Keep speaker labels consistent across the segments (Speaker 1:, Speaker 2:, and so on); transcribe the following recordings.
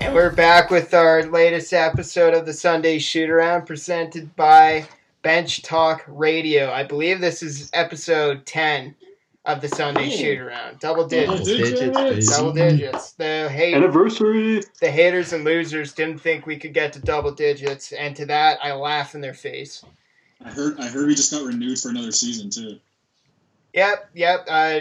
Speaker 1: right, we're back with our latest episode of the Sunday Shoot Around presented by Bench Talk Radio. I believe this is episode 10 of the Sunday
Speaker 2: Hmm.
Speaker 3: Ooh.
Speaker 1: Shoot Around. Double
Speaker 3: Double
Speaker 1: digits.
Speaker 3: digits.
Speaker 2: digits,
Speaker 1: Double digits. The hate,
Speaker 2: Anniversary.
Speaker 1: the haters and losers didn't think we could get to double digits, and to that I laugh in their face.
Speaker 4: I heard. I heard we just got renewed for another season too.
Speaker 1: Yep, yep, uh,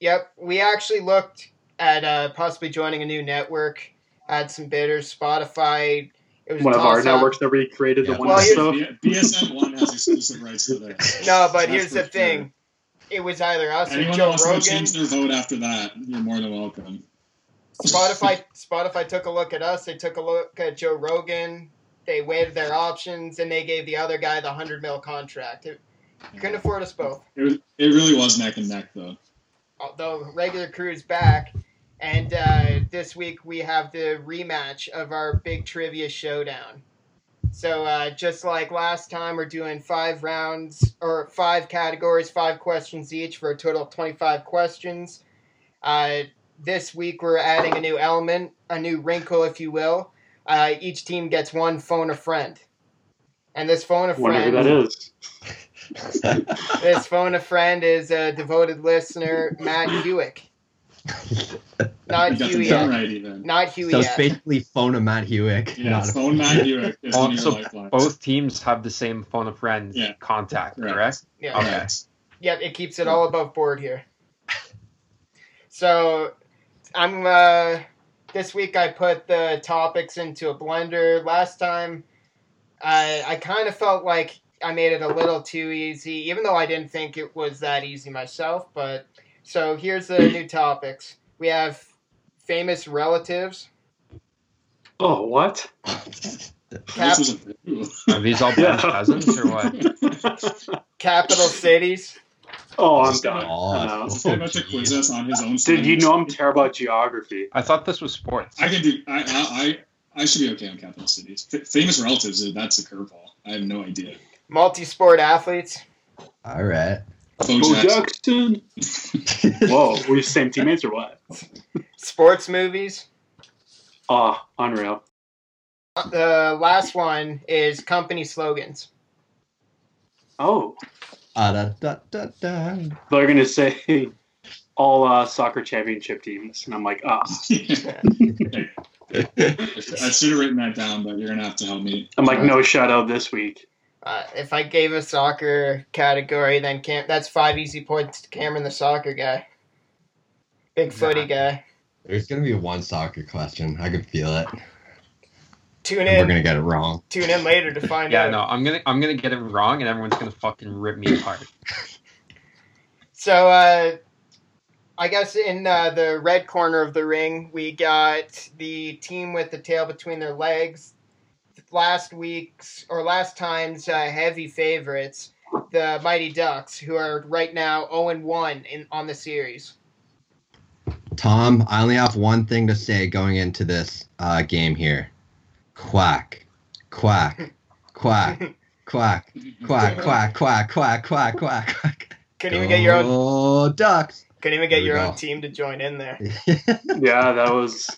Speaker 1: yep. We actually looked at uh, possibly joining a new network. Had some bidders, Spotify. It was a
Speaker 2: One of our
Speaker 1: toss-up.
Speaker 2: networks that we created,
Speaker 5: Yeah.
Speaker 2: the one
Speaker 1: Well,
Speaker 2: that
Speaker 1: here's-
Speaker 2: stuff.
Speaker 4: B- BSN One has exclusive rights to that.
Speaker 1: No, but
Speaker 4: That's
Speaker 1: here's the
Speaker 4: for sure.
Speaker 1: thing. It was either us or
Speaker 4: Anyone who
Speaker 1: Joe
Speaker 4: wants to
Speaker 1: Rogan.
Speaker 4: change their vote after that, you're more than welcome.
Speaker 1: Spotify Spotify took a look at us. They took a look at Joe Rogan. They waived their options and they gave the other guy the hundred mil contract. It couldn't afford us both.
Speaker 4: It, was, it really was neck and neck though.
Speaker 1: Although regular crew's back, and uh, this week we have the rematch of our big trivia showdown. So uh, just like last time, we're doing five rounds or five categories, five questions each for a total of twenty-five questions. Uh, this week we're adding a new element, a new wrinkle, if you will. Uh, each team gets one phone a friend, and this phone a
Speaker 2: Whatever
Speaker 1: friend
Speaker 2: that is.
Speaker 1: this phone a friend is a devoted listener, Matt Hewick. Not
Speaker 4: You got the
Speaker 1: Huey.
Speaker 4: gun
Speaker 1: Yet.
Speaker 4: right even.
Speaker 1: Not Huey.
Speaker 5: So it's
Speaker 1: Yet.
Speaker 5: basically phone a Matt Hewick.
Speaker 4: Yeah,
Speaker 5: not a-
Speaker 4: phone Matt Hewick is the new
Speaker 3: Also,
Speaker 4: lifeline.
Speaker 3: Both teams have the same phone of friends
Speaker 4: Yeah.
Speaker 3: contact,
Speaker 4: Right.
Speaker 3: correct?
Speaker 1: Yeah.
Speaker 3: Okay.
Speaker 1: Yep, it keeps it all above board here. So I'm uh this week I put the topics into a blender. Last time I I kind of felt like I made it a little too easy, even though I didn't think it was that easy myself, but so here's the new topics. We have famous relatives.
Speaker 2: Oh, what?
Speaker 4: This was a- ooh.
Speaker 3: Are these all
Speaker 2: Yeah.
Speaker 3: Ben's cousins or what?
Speaker 1: capital cities.
Speaker 2: oh, I'm done.
Speaker 5: Oh,
Speaker 2: I know.
Speaker 4: This guy about to quiz us on his own.
Speaker 2: Dude, you
Speaker 4: standards.
Speaker 2: know I'm terrible at geography.
Speaker 3: I thought this was sports.
Speaker 4: I can do. I I I, I should be okay on capital cities. F- famous relatives. uh, That's a curveball. I have no idea.
Speaker 1: Multi-sport athletes.
Speaker 5: All right.
Speaker 4: Bo
Speaker 2: Bo
Speaker 4: Jackson.
Speaker 2: Jackson. Whoa, we same teammates or what?
Speaker 1: Sports movies.
Speaker 2: Ah, unreal.
Speaker 1: The last one is company slogans.
Speaker 2: Oh,
Speaker 5: Ah, da, da, da, da.
Speaker 2: they're gonna say all uh, soccer championship teams, and I'm like, ah,
Speaker 4: I should have written that down, but you're gonna have to help me.
Speaker 2: I'm like, no shutout this week.
Speaker 1: Uh, if I gave a soccer category, then Cam- that's five easy points to Cameron, the soccer guy. Big footy guy.
Speaker 5: There's gonna be one soccer question. I can feel it.
Speaker 1: Tune
Speaker 5: And we're
Speaker 1: in.
Speaker 5: gonna get it wrong.
Speaker 1: Tune in later to find
Speaker 3: Yeah,
Speaker 1: out.
Speaker 3: no, I'm gonna I'm gonna get it wrong and everyone's gonna fucking rip me apart.
Speaker 1: So, uh, I guess in uh, the red corner of the ring, we got the team with the tail between their legs. Last week's or last time's uh, heavy favorites, the Mighty Ducks, who are right now 0 1 in on the series.
Speaker 5: Tom, I only have one thing to say going into this uh, game here. Quack, quack, quack, quack, quack, quack, quack, quack, quack, quack, quack.
Speaker 1: Couldn't even get your own.
Speaker 5: Oh, ducks.
Speaker 1: Couldn't even get
Speaker 5: Here
Speaker 1: your
Speaker 5: we
Speaker 1: own
Speaker 5: go.
Speaker 1: team to join in there.
Speaker 2: Yeah, that was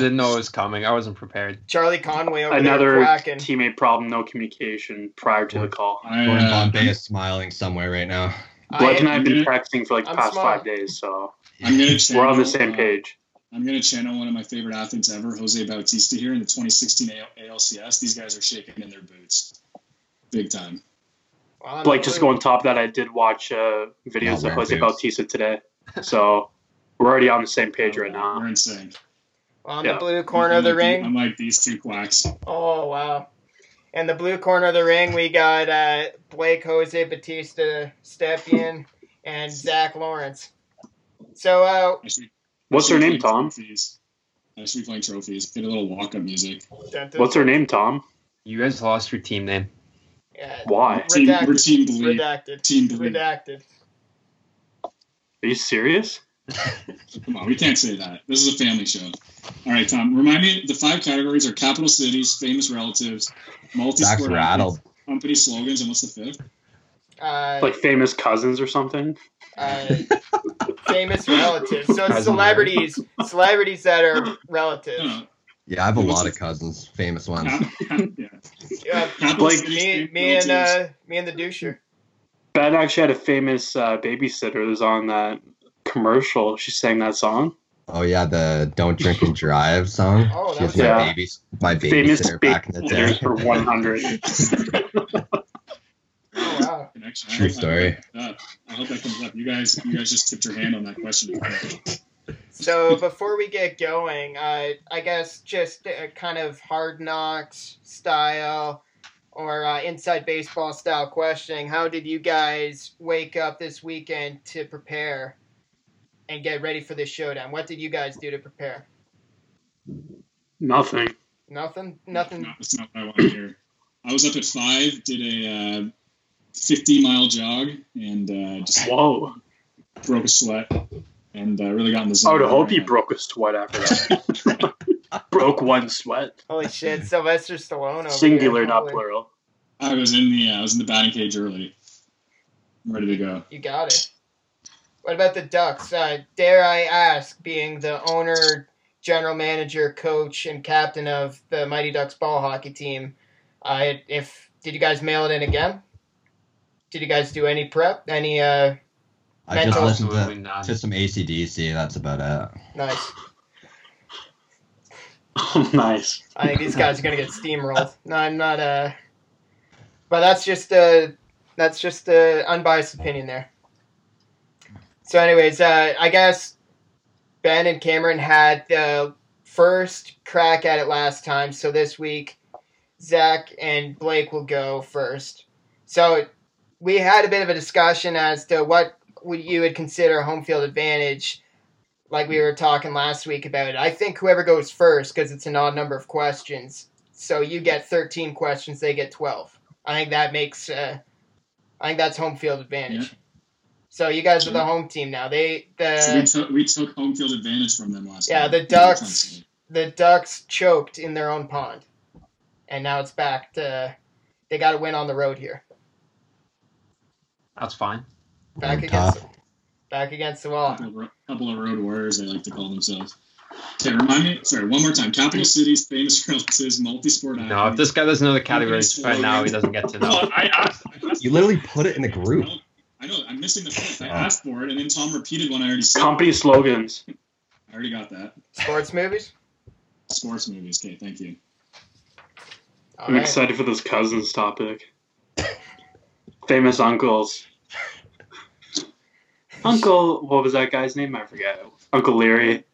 Speaker 3: didn't know it was coming. I wasn't prepared.
Speaker 1: Charlie Conway over
Speaker 2: another
Speaker 1: there quacking.
Speaker 2: teammate problem. No communication prior to the call.
Speaker 4: I,
Speaker 5: Gordon
Speaker 4: uh,
Speaker 5: Bombay is smiling somewhere right now.
Speaker 2: Blake and I have been
Speaker 4: I'm-
Speaker 2: practicing for like
Speaker 1: I'm
Speaker 2: past
Speaker 1: smart.
Speaker 2: five days, so
Speaker 4: I'm gonna
Speaker 2: we're on
Speaker 4: channel,
Speaker 2: the same
Speaker 4: uh,
Speaker 2: page.
Speaker 4: I'm gonna channel one of my favorite athletes ever, Jose Bautista, here in the 2016 A- ALCS. These guys are shaking in their boots, big time.
Speaker 1: Well, I'm
Speaker 2: Like just
Speaker 1: blue.
Speaker 2: going top of that, I did watch uh, videos
Speaker 5: Not
Speaker 2: of Jose
Speaker 5: bad, Oh, dude.
Speaker 2: Bautista today, so we're already on the same page right
Speaker 4: We're
Speaker 2: now.
Speaker 4: insane.
Speaker 1: Well, on
Speaker 2: yeah.
Speaker 1: the
Speaker 2: Mm-hmm.
Speaker 1: blue corner of the
Speaker 4: I'm like the-
Speaker 1: ring.
Speaker 4: I'm like these two quacks.
Speaker 1: Oh wow! In the blue corner of the ring, we got uh, Blake Jose Batista Stepien and Zach Lawrence. So uh,
Speaker 4: I should-
Speaker 2: What's
Speaker 4: I
Speaker 2: her
Speaker 4: should be
Speaker 2: name,
Speaker 4: playing
Speaker 2: Tom?
Speaker 4: trophies. I should be playing trophies. Get a little walk-up music.
Speaker 1: dun- dun-
Speaker 2: What's her name, Tom?
Speaker 3: You guys lost your team name.
Speaker 1: yeah,
Speaker 2: Why?
Speaker 4: Team,
Speaker 1: Redacted.
Speaker 4: we're team bleed.
Speaker 1: redacted,
Speaker 4: Team bleed.
Speaker 1: redacted.
Speaker 2: Are you serious?
Speaker 4: Come on, we can't say that. This is a family show. All right, Tom. Remind me, the five categories are capital cities, famous relatives,
Speaker 5: Ducks
Speaker 4: multi-sport athletes,
Speaker 5: rattled.
Speaker 4: company slogans, and what's the fifth?
Speaker 1: uh,
Speaker 2: Like famous cousins or something.
Speaker 1: uh, famous relatives. So
Speaker 3: Cousin.
Speaker 1: celebrities, celebrities that are relatives.
Speaker 2: Hmm.
Speaker 4: No,
Speaker 5: Yeah, I have a
Speaker 4: What's
Speaker 5: lot
Speaker 4: it-
Speaker 5: of cousins, famous ones.
Speaker 4: no, Cap- yeah.
Speaker 1: Uh,
Speaker 4: Capital
Speaker 2: Like-
Speaker 4: Cities,
Speaker 1: me,
Speaker 4: State
Speaker 1: me and
Speaker 4: Relatives.
Speaker 1: uh, me and the doucher.
Speaker 2: Ben actually had a famous uh, babysitter that was on that commercial. She sang that song.
Speaker 5: Oh yeah, the "Don't Drink and Drive" song.
Speaker 1: Oh, that
Speaker 5: She's
Speaker 1: was-
Speaker 5: my
Speaker 2: Yeah.
Speaker 5: baby, my
Speaker 2: Famous
Speaker 5: babysitter back in the
Speaker 2: There's for
Speaker 5: day.
Speaker 2: 100.
Speaker 1: Oh, wow.
Speaker 4: Connection.
Speaker 5: True
Speaker 4: I hope
Speaker 5: story.
Speaker 4: that comes up. I hope that comes up. You guys, you guys just tipped your hand on that question.
Speaker 1: So before we get going, uh, I guess just uh kind of hard knocks style or uh, inside baseball style questioning. How did you guys wake up this weekend to prepare and get ready for this showdown? What did you guys do to prepare?
Speaker 2: Nothing.
Speaker 1: Nothing. Nothing.
Speaker 4: No, that's not what I want to hear. I was up at five, did a uh, 50 mile jog, and uh, just
Speaker 2: Whoa.
Speaker 4: broke a sweat, and uh, really got in the zone.
Speaker 2: I would Oh, hope you broke a sweat after that. broke one sweat.
Speaker 1: Holy shit! Sylvester Stallone. Over
Speaker 2: Singular,
Speaker 1: here.
Speaker 2: not
Speaker 1: Holy-
Speaker 2: plural.
Speaker 4: I was in the, uh, I was in the batting cage early. I'm ready to go.
Speaker 1: You got it. What about the Ducks? Uh, dare I ask, being the owner, general manager, coach, and captain of the Mighty Ducks ball hockey team, uh, if did you guys mail it in again? Did you guys do any prep? Any uh,
Speaker 5: I just
Speaker 1: Mental.
Speaker 5: listened
Speaker 3: Absolutely
Speaker 5: to,
Speaker 3: not.
Speaker 5: to some ACDC. That's about it.
Speaker 1: nice?
Speaker 2: nice.
Speaker 1: I think these guys are gonna get steamrolled. No, I'm not. Uh, but that's just a that's just a unbiased opinion there. So, anyways, uh, I guess Ben and Cameron had the first crack at it last time. So this week, Zach and Blake will go first. So we had a bit of a discussion as to what would you would consider home field advantage like we were talking last week about it. I think whoever goes first, because it's an odd number of questions, so you get 13 questions, they get 12. I think that makes, uh, I think that's home field advantage. So you guys are the
Speaker 4: Sure.
Speaker 1: home team now. They
Speaker 4: So we
Speaker 1: the
Speaker 4: took we took home field advantage from them last.
Speaker 1: Yeah,
Speaker 4: time.
Speaker 1: the Ducks- the Ducks choked in their own pond, and now it's back to they got to win on the road here.
Speaker 3: That's fine.
Speaker 1: Back
Speaker 5: Road
Speaker 1: against back against the wall.
Speaker 4: Couple of, ro- couple of road warriors, they like to call themselves. Okay, remind me. Sorry, one more time. Capital cities, famous relatives, multi-sport.
Speaker 3: No, if this guy doesn't know the categories by now, he doesn't get to
Speaker 4: No,
Speaker 3: know.
Speaker 4: I asked. I asked
Speaker 5: You literally put it in the group.
Speaker 4: I know. I'm missing the fifth. I asked for it, and then Tom repeated one I already said.
Speaker 2: Company slogans.
Speaker 4: I already got that.
Speaker 1: Sports movies.
Speaker 4: Sports movies. Okay, thank you.
Speaker 1: All
Speaker 2: I'm
Speaker 1: right.
Speaker 2: excited for this cousins topic. Famous uncles. Uncle, what was that guy's name? I forget. Uncle Leary.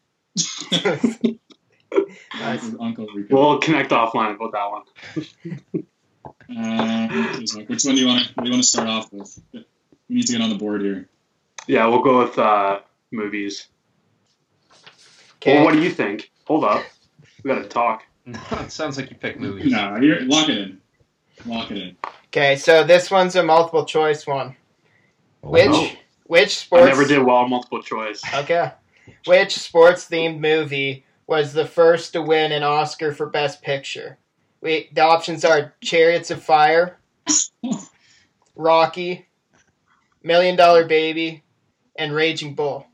Speaker 1: Nice.
Speaker 4: Uncle Rico.
Speaker 2: We'll connect offline about that one.
Speaker 4: Uh, which one do you want to? You want to start off with? We need to get on the board here.
Speaker 2: Yeah, we'll go with uh, movies.
Speaker 1: Okay.
Speaker 2: Well, what do you think? Hold up. We gotta talk.
Speaker 3: No, it sounds like you pick movies.
Speaker 4: No, here, lock it in. Lock it in.
Speaker 1: Okay, so this one's a multiple choice one.
Speaker 5: Oh,
Speaker 1: Which
Speaker 2: no.
Speaker 1: which sports?
Speaker 2: I never did well on multiple choice.
Speaker 1: Okay, which sports themed movie was the first to win an Oscar for Best Picture? We the options are Chariots of Fire, Rocky, Million Dollar Baby, and Raging Bull.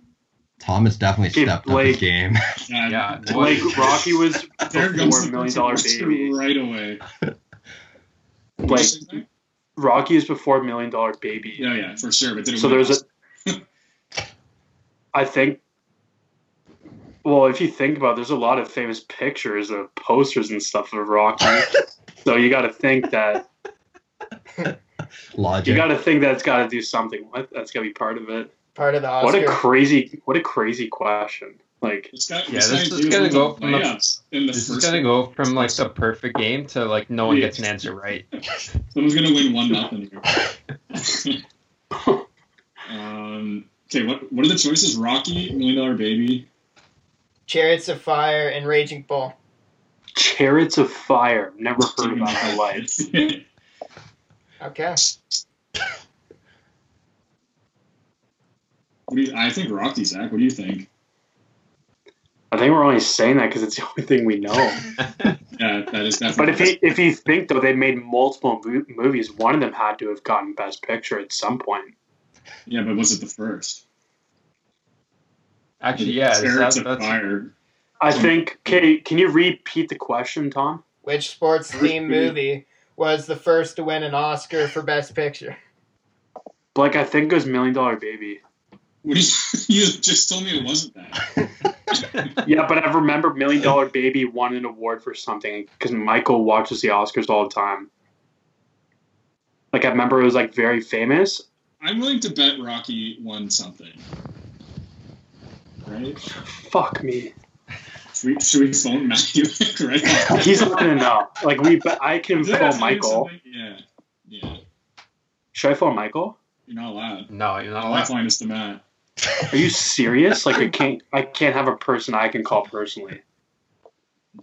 Speaker 5: Tom has definitely
Speaker 2: Give
Speaker 5: stepped up
Speaker 2: Blake-
Speaker 5: his game.
Speaker 3: Yeah, no,
Speaker 2: Like
Speaker 3: it-
Speaker 2: Rocky was
Speaker 4: There
Speaker 2: before
Speaker 4: goes the
Speaker 2: Million Dollar
Speaker 4: controversy
Speaker 2: Baby.
Speaker 4: right away.
Speaker 2: Like Rocky is before Million Dollar Baby.
Speaker 4: yeah, yeah, for sure. But did it
Speaker 2: So
Speaker 4: win
Speaker 2: there's a.
Speaker 4: Oscar?
Speaker 2: I think. Well, if you think about, it, there's a lot of famous pictures of posters and stuff of Rocky. so you got to think that
Speaker 5: Logic.
Speaker 2: you got to think that's got to do something. That- That's got to be part of it.
Speaker 1: Part of the
Speaker 2: What
Speaker 1: Oscar.
Speaker 2: a crazy, what a crazy question. Like
Speaker 4: It's got-
Speaker 3: Yeah,
Speaker 4: it's got
Speaker 3: this
Speaker 4: to
Speaker 3: is
Speaker 4: do
Speaker 3: gonna
Speaker 4: with
Speaker 3: go
Speaker 4: the
Speaker 3: from the-
Speaker 4: playoffs in the
Speaker 3: This is
Speaker 4: first
Speaker 3: gonna go from like the perfect game to like no one
Speaker 4: Yeah.
Speaker 3: gets an answer right.
Speaker 4: Someone's gonna win one nothing here. um, okay, what what are the choices? Rocky, Million Dollar Baby.
Speaker 1: Chariots of Fire and Raging Bull.
Speaker 2: chariots of fire, never heard about in my life.
Speaker 4: life.
Speaker 1: Okay.
Speaker 4: what do you, I think Rocky, Zach. What do you think?
Speaker 2: I think we're only saying that because it's the only thing we know.
Speaker 4: Yeah, that is
Speaker 2: But
Speaker 4: definitely.
Speaker 2: if you if you think though, they made multiple mo- movies. One of them had to have gotten Best Picture at some point.
Speaker 4: yeah, but was it the first?
Speaker 3: Actually, yeah,
Speaker 4: Chariots
Speaker 3: that's,
Speaker 4: of
Speaker 3: that's
Speaker 4: fire.
Speaker 2: I think. Can, can you repeat the question, Tom?
Speaker 1: Which sports theme movie was the first to win an Oscar for Best Picture?
Speaker 2: Like I think it was Million Dollar Baby.
Speaker 4: What do you, you just told me it wasn't that.
Speaker 2: Yeah, but I remember Million Dollar Baby won an award for something because Michael watches the Oscars all the time. Like I remember it was like very famous.
Speaker 4: I'm willing to bet Rocky won something. Right?
Speaker 2: Fuck me.
Speaker 4: Should we, should we phone Matthew? right?
Speaker 2: He's not gonna know. Like we, but I can
Speaker 4: Does that have to
Speaker 2: phone
Speaker 4: do
Speaker 2: Michael.
Speaker 4: something? Yeah, yeah.
Speaker 2: Should I phone Michael?
Speaker 4: You're not allowed.
Speaker 3: no, you're not
Speaker 4: I'll
Speaker 3: allowed.
Speaker 4: find us to Matt.
Speaker 2: Are you serious? Like I can't. I can't have a person I can call personally.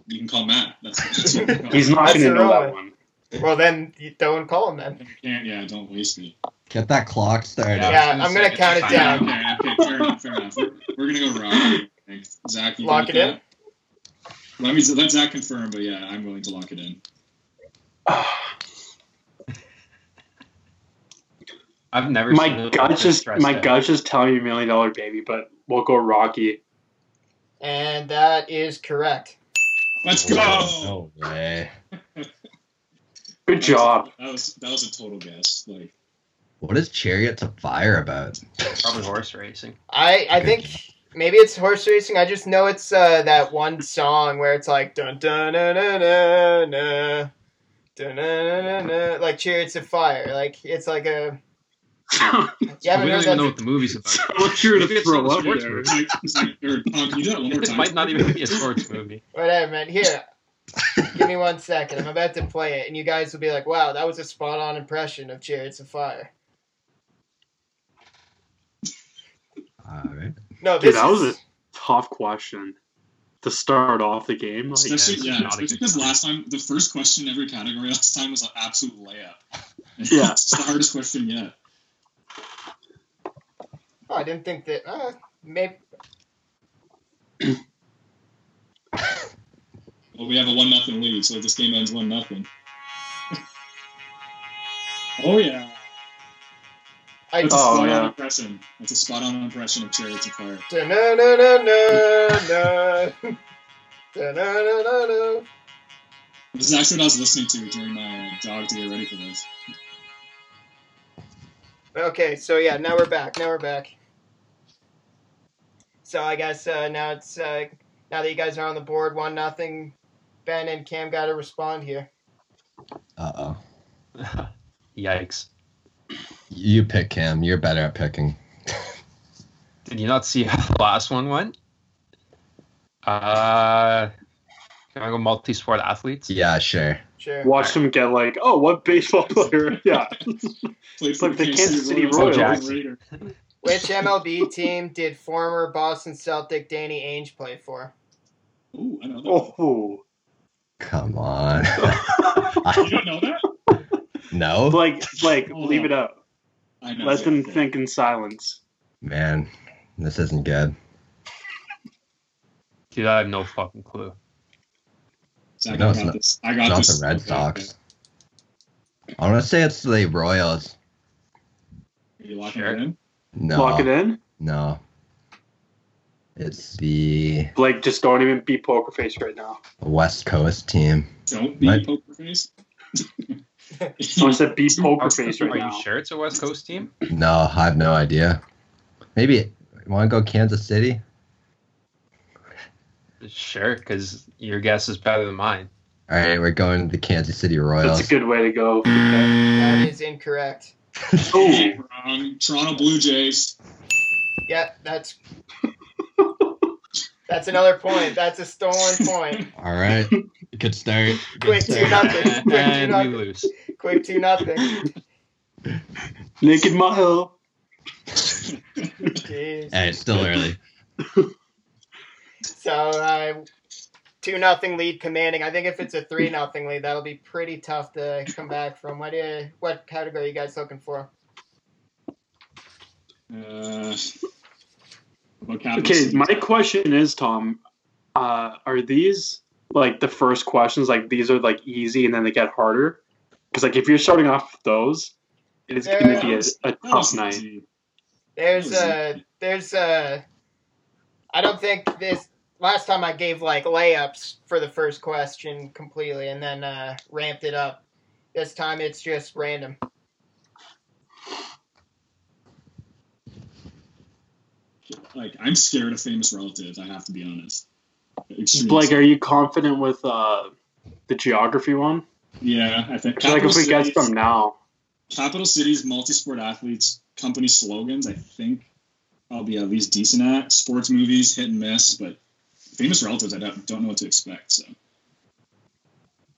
Speaker 4: You can call Matt. That's, that's what we call
Speaker 2: He's not
Speaker 1: That's
Speaker 2: gonna know that
Speaker 1: irrelevant.
Speaker 2: one.
Speaker 1: Well, then you don't call him then.
Speaker 4: You can't, yeah, don't waste me.
Speaker 5: Get that clock started.
Speaker 3: Yeah.
Speaker 1: Yeah, I'm gonna count it
Speaker 4: Yeah,
Speaker 1: down.
Speaker 4: okay, okay, fair enough, fair enough. We're, we're gonna go Rocky. I think. Zach, you
Speaker 1: Lock
Speaker 4: good
Speaker 1: it
Speaker 4: with that? Let me let Zach confirm, but yeah, I'm willing to lock it in.
Speaker 3: I've never. seen
Speaker 2: my
Speaker 3: it
Speaker 2: gut just
Speaker 3: stressed
Speaker 2: my
Speaker 3: out.
Speaker 2: gut's just telling me million dollar baby, but we'll go Rocky.
Speaker 1: And that is correct.
Speaker 4: Let's go.
Speaker 5: No way.
Speaker 2: Good job.
Speaker 4: That was that was a total guess. Like
Speaker 5: What is Chariots of Fire about?
Speaker 3: Probably horse racing.
Speaker 1: I I think maybe it's horse racing. I just know it's uh, that one song where it's like dun dun dun dun dun dun dun dun dun, dun, dun like Chariots of Fire. Like it's like a you
Speaker 3: Yeah,
Speaker 1: haven't heard
Speaker 3: we don't even
Speaker 1: that.
Speaker 3: know what the movie's about.
Speaker 2: What's your
Speaker 3: Maybe it's not a sports
Speaker 4: or,
Speaker 3: movie.
Speaker 4: or, Tom, can you do that one more
Speaker 3: It
Speaker 4: time?
Speaker 3: might not even be a sports movie.
Speaker 1: Whatever, man. Here, give me one second. I'm about to play it, and you guys will be like, "Wow, that was a spot-on impression of Chariots of Fire."
Speaker 5: All right.
Speaker 1: No,
Speaker 2: Dude,
Speaker 1: this
Speaker 2: that was
Speaker 1: is-
Speaker 2: a tough question to start off the game. Like,
Speaker 4: Especially, yeah,
Speaker 3: Yeah, it's not a
Speaker 4: especially
Speaker 3: good
Speaker 4: because
Speaker 3: time.
Speaker 4: last time the first question in every category last time was an absolute layup.
Speaker 2: Yeah.
Speaker 4: it's the hardest question yet.
Speaker 1: Oh, I didn't think that. Uh, maybe
Speaker 4: Well, we have a one nothing lead, so this game ends one nothing. oh yeah,
Speaker 1: I
Speaker 4: that's
Speaker 1: just.
Speaker 4: a
Speaker 2: Oh,
Speaker 4: spot on
Speaker 2: yeah.
Speaker 4: impression. That's a spot on impression of Chariots of Fire.
Speaker 1: No, no, no, no, no. No, no, no, no.
Speaker 4: This is actually what I was listening to during my uh, dog to get ready for this.
Speaker 1: Okay, so yeah, now we're back. Now we're back. So I guess uh, now it's uh, now that you guys are on the board, one nothing. Ben and Cam got to respond here.
Speaker 5: Uh oh.
Speaker 3: Yikes!
Speaker 5: You pick Cam. You're better at picking.
Speaker 3: Did you not see how the last one went? Uh, can I go multi-sport athletes?
Speaker 5: Yeah, sure.
Speaker 1: Sure.
Speaker 2: watch them get like, oh, what baseball player? Yeah,
Speaker 4: Played
Speaker 2: like the Kansas City
Speaker 3: Royals.
Speaker 4: Raider.
Speaker 1: Which MLB team did former Boston Celtic Danny Ainge play for?
Speaker 4: Ooh, I know that.
Speaker 2: oh,
Speaker 5: Come on.
Speaker 4: You don't know that?
Speaker 5: no,
Speaker 2: like like leave it up.
Speaker 4: I know.
Speaker 2: Let
Speaker 4: yeah,
Speaker 2: them
Speaker 4: yeah.
Speaker 2: think in silence.
Speaker 5: man, this isn't good.
Speaker 3: Dude, I have no fucking clue.
Speaker 4: Zach,
Speaker 5: No,
Speaker 4: I
Speaker 5: it's
Speaker 4: got
Speaker 5: not-
Speaker 4: this. I got
Speaker 5: It's not
Speaker 4: this.
Speaker 5: the Red Sox. I want to say it's the Royals.
Speaker 4: Are you locking
Speaker 3: Sure.
Speaker 4: it in?
Speaker 5: No,
Speaker 2: Lock it in.
Speaker 5: no. It's the
Speaker 2: Blake, just don't even be poker face right now.
Speaker 5: West Coast team.
Speaker 4: Don't be
Speaker 5: Right.
Speaker 4: poker face.
Speaker 2: I said be poker
Speaker 3: Are,
Speaker 2: face right
Speaker 3: are
Speaker 2: now.
Speaker 3: you sure it's a West Coast team?
Speaker 5: No, I have no idea. Maybe want to go Kansas City?
Speaker 3: Sure, because your guess is better than mine.
Speaker 5: All right, we're going to the Kansas City Royals.
Speaker 2: That's a good way to go. Okay.
Speaker 1: That is incorrect.
Speaker 4: Mm.
Speaker 2: Ooh.
Speaker 4: Wrong. Toronto Blue Jays.
Speaker 1: Yep, that's
Speaker 2: Oh.
Speaker 1: that's another point. That's a stolen point.
Speaker 5: All right, good start.
Speaker 1: Quick, two nothing. Quick, two
Speaker 3: and we
Speaker 1: nothing.
Speaker 3: lose.
Speaker 1: Quick, two nothing.
Speaker 2: Naked Mile.
Speaker 1: Jeez.
Speaker 5: Hey, it's still early.
Speaker 1: So uh, two nothing lead commanding. I think if it's a three nothing lead, that'll be pretty tough to come back from. What do you, what category are you guys looking for?
Speaker 4: Uh, what capital
Speaker 2: Okay,
Speaker 4: city?
Speaker 2: my question is, Tom, uh, are these like the first questions? Like these are like easy, and then they get harder. Because like if you're starting off with those, it's going to be a, a
Speaker 4: That was
Speaker 2: tough night.
Speaker 4: easy.
Speaker 1: There's
Speaker 4: That was
Speaker 1: a there's a. I don't think this last time I gave like layups for the first question completely and then uh, ramped it up. This time it's just random.
Speaker 4: Like I'm scared of famous relatives. I have to be honest. Extremely
Speaker 2: Blake, are you confident with uh, the geography one?
Speaker 4: Yeah, I think.
Speaker 2: 'Cause, Like if we guess
Speaker 4: cities,
Speaker 2: from now,
Speaker 4: capital cities, multi-sport athletes, company slogans. I think I'll be at least decent at sports movies, hit and miss, but famous relatives. I don't, don't know what to expect. So,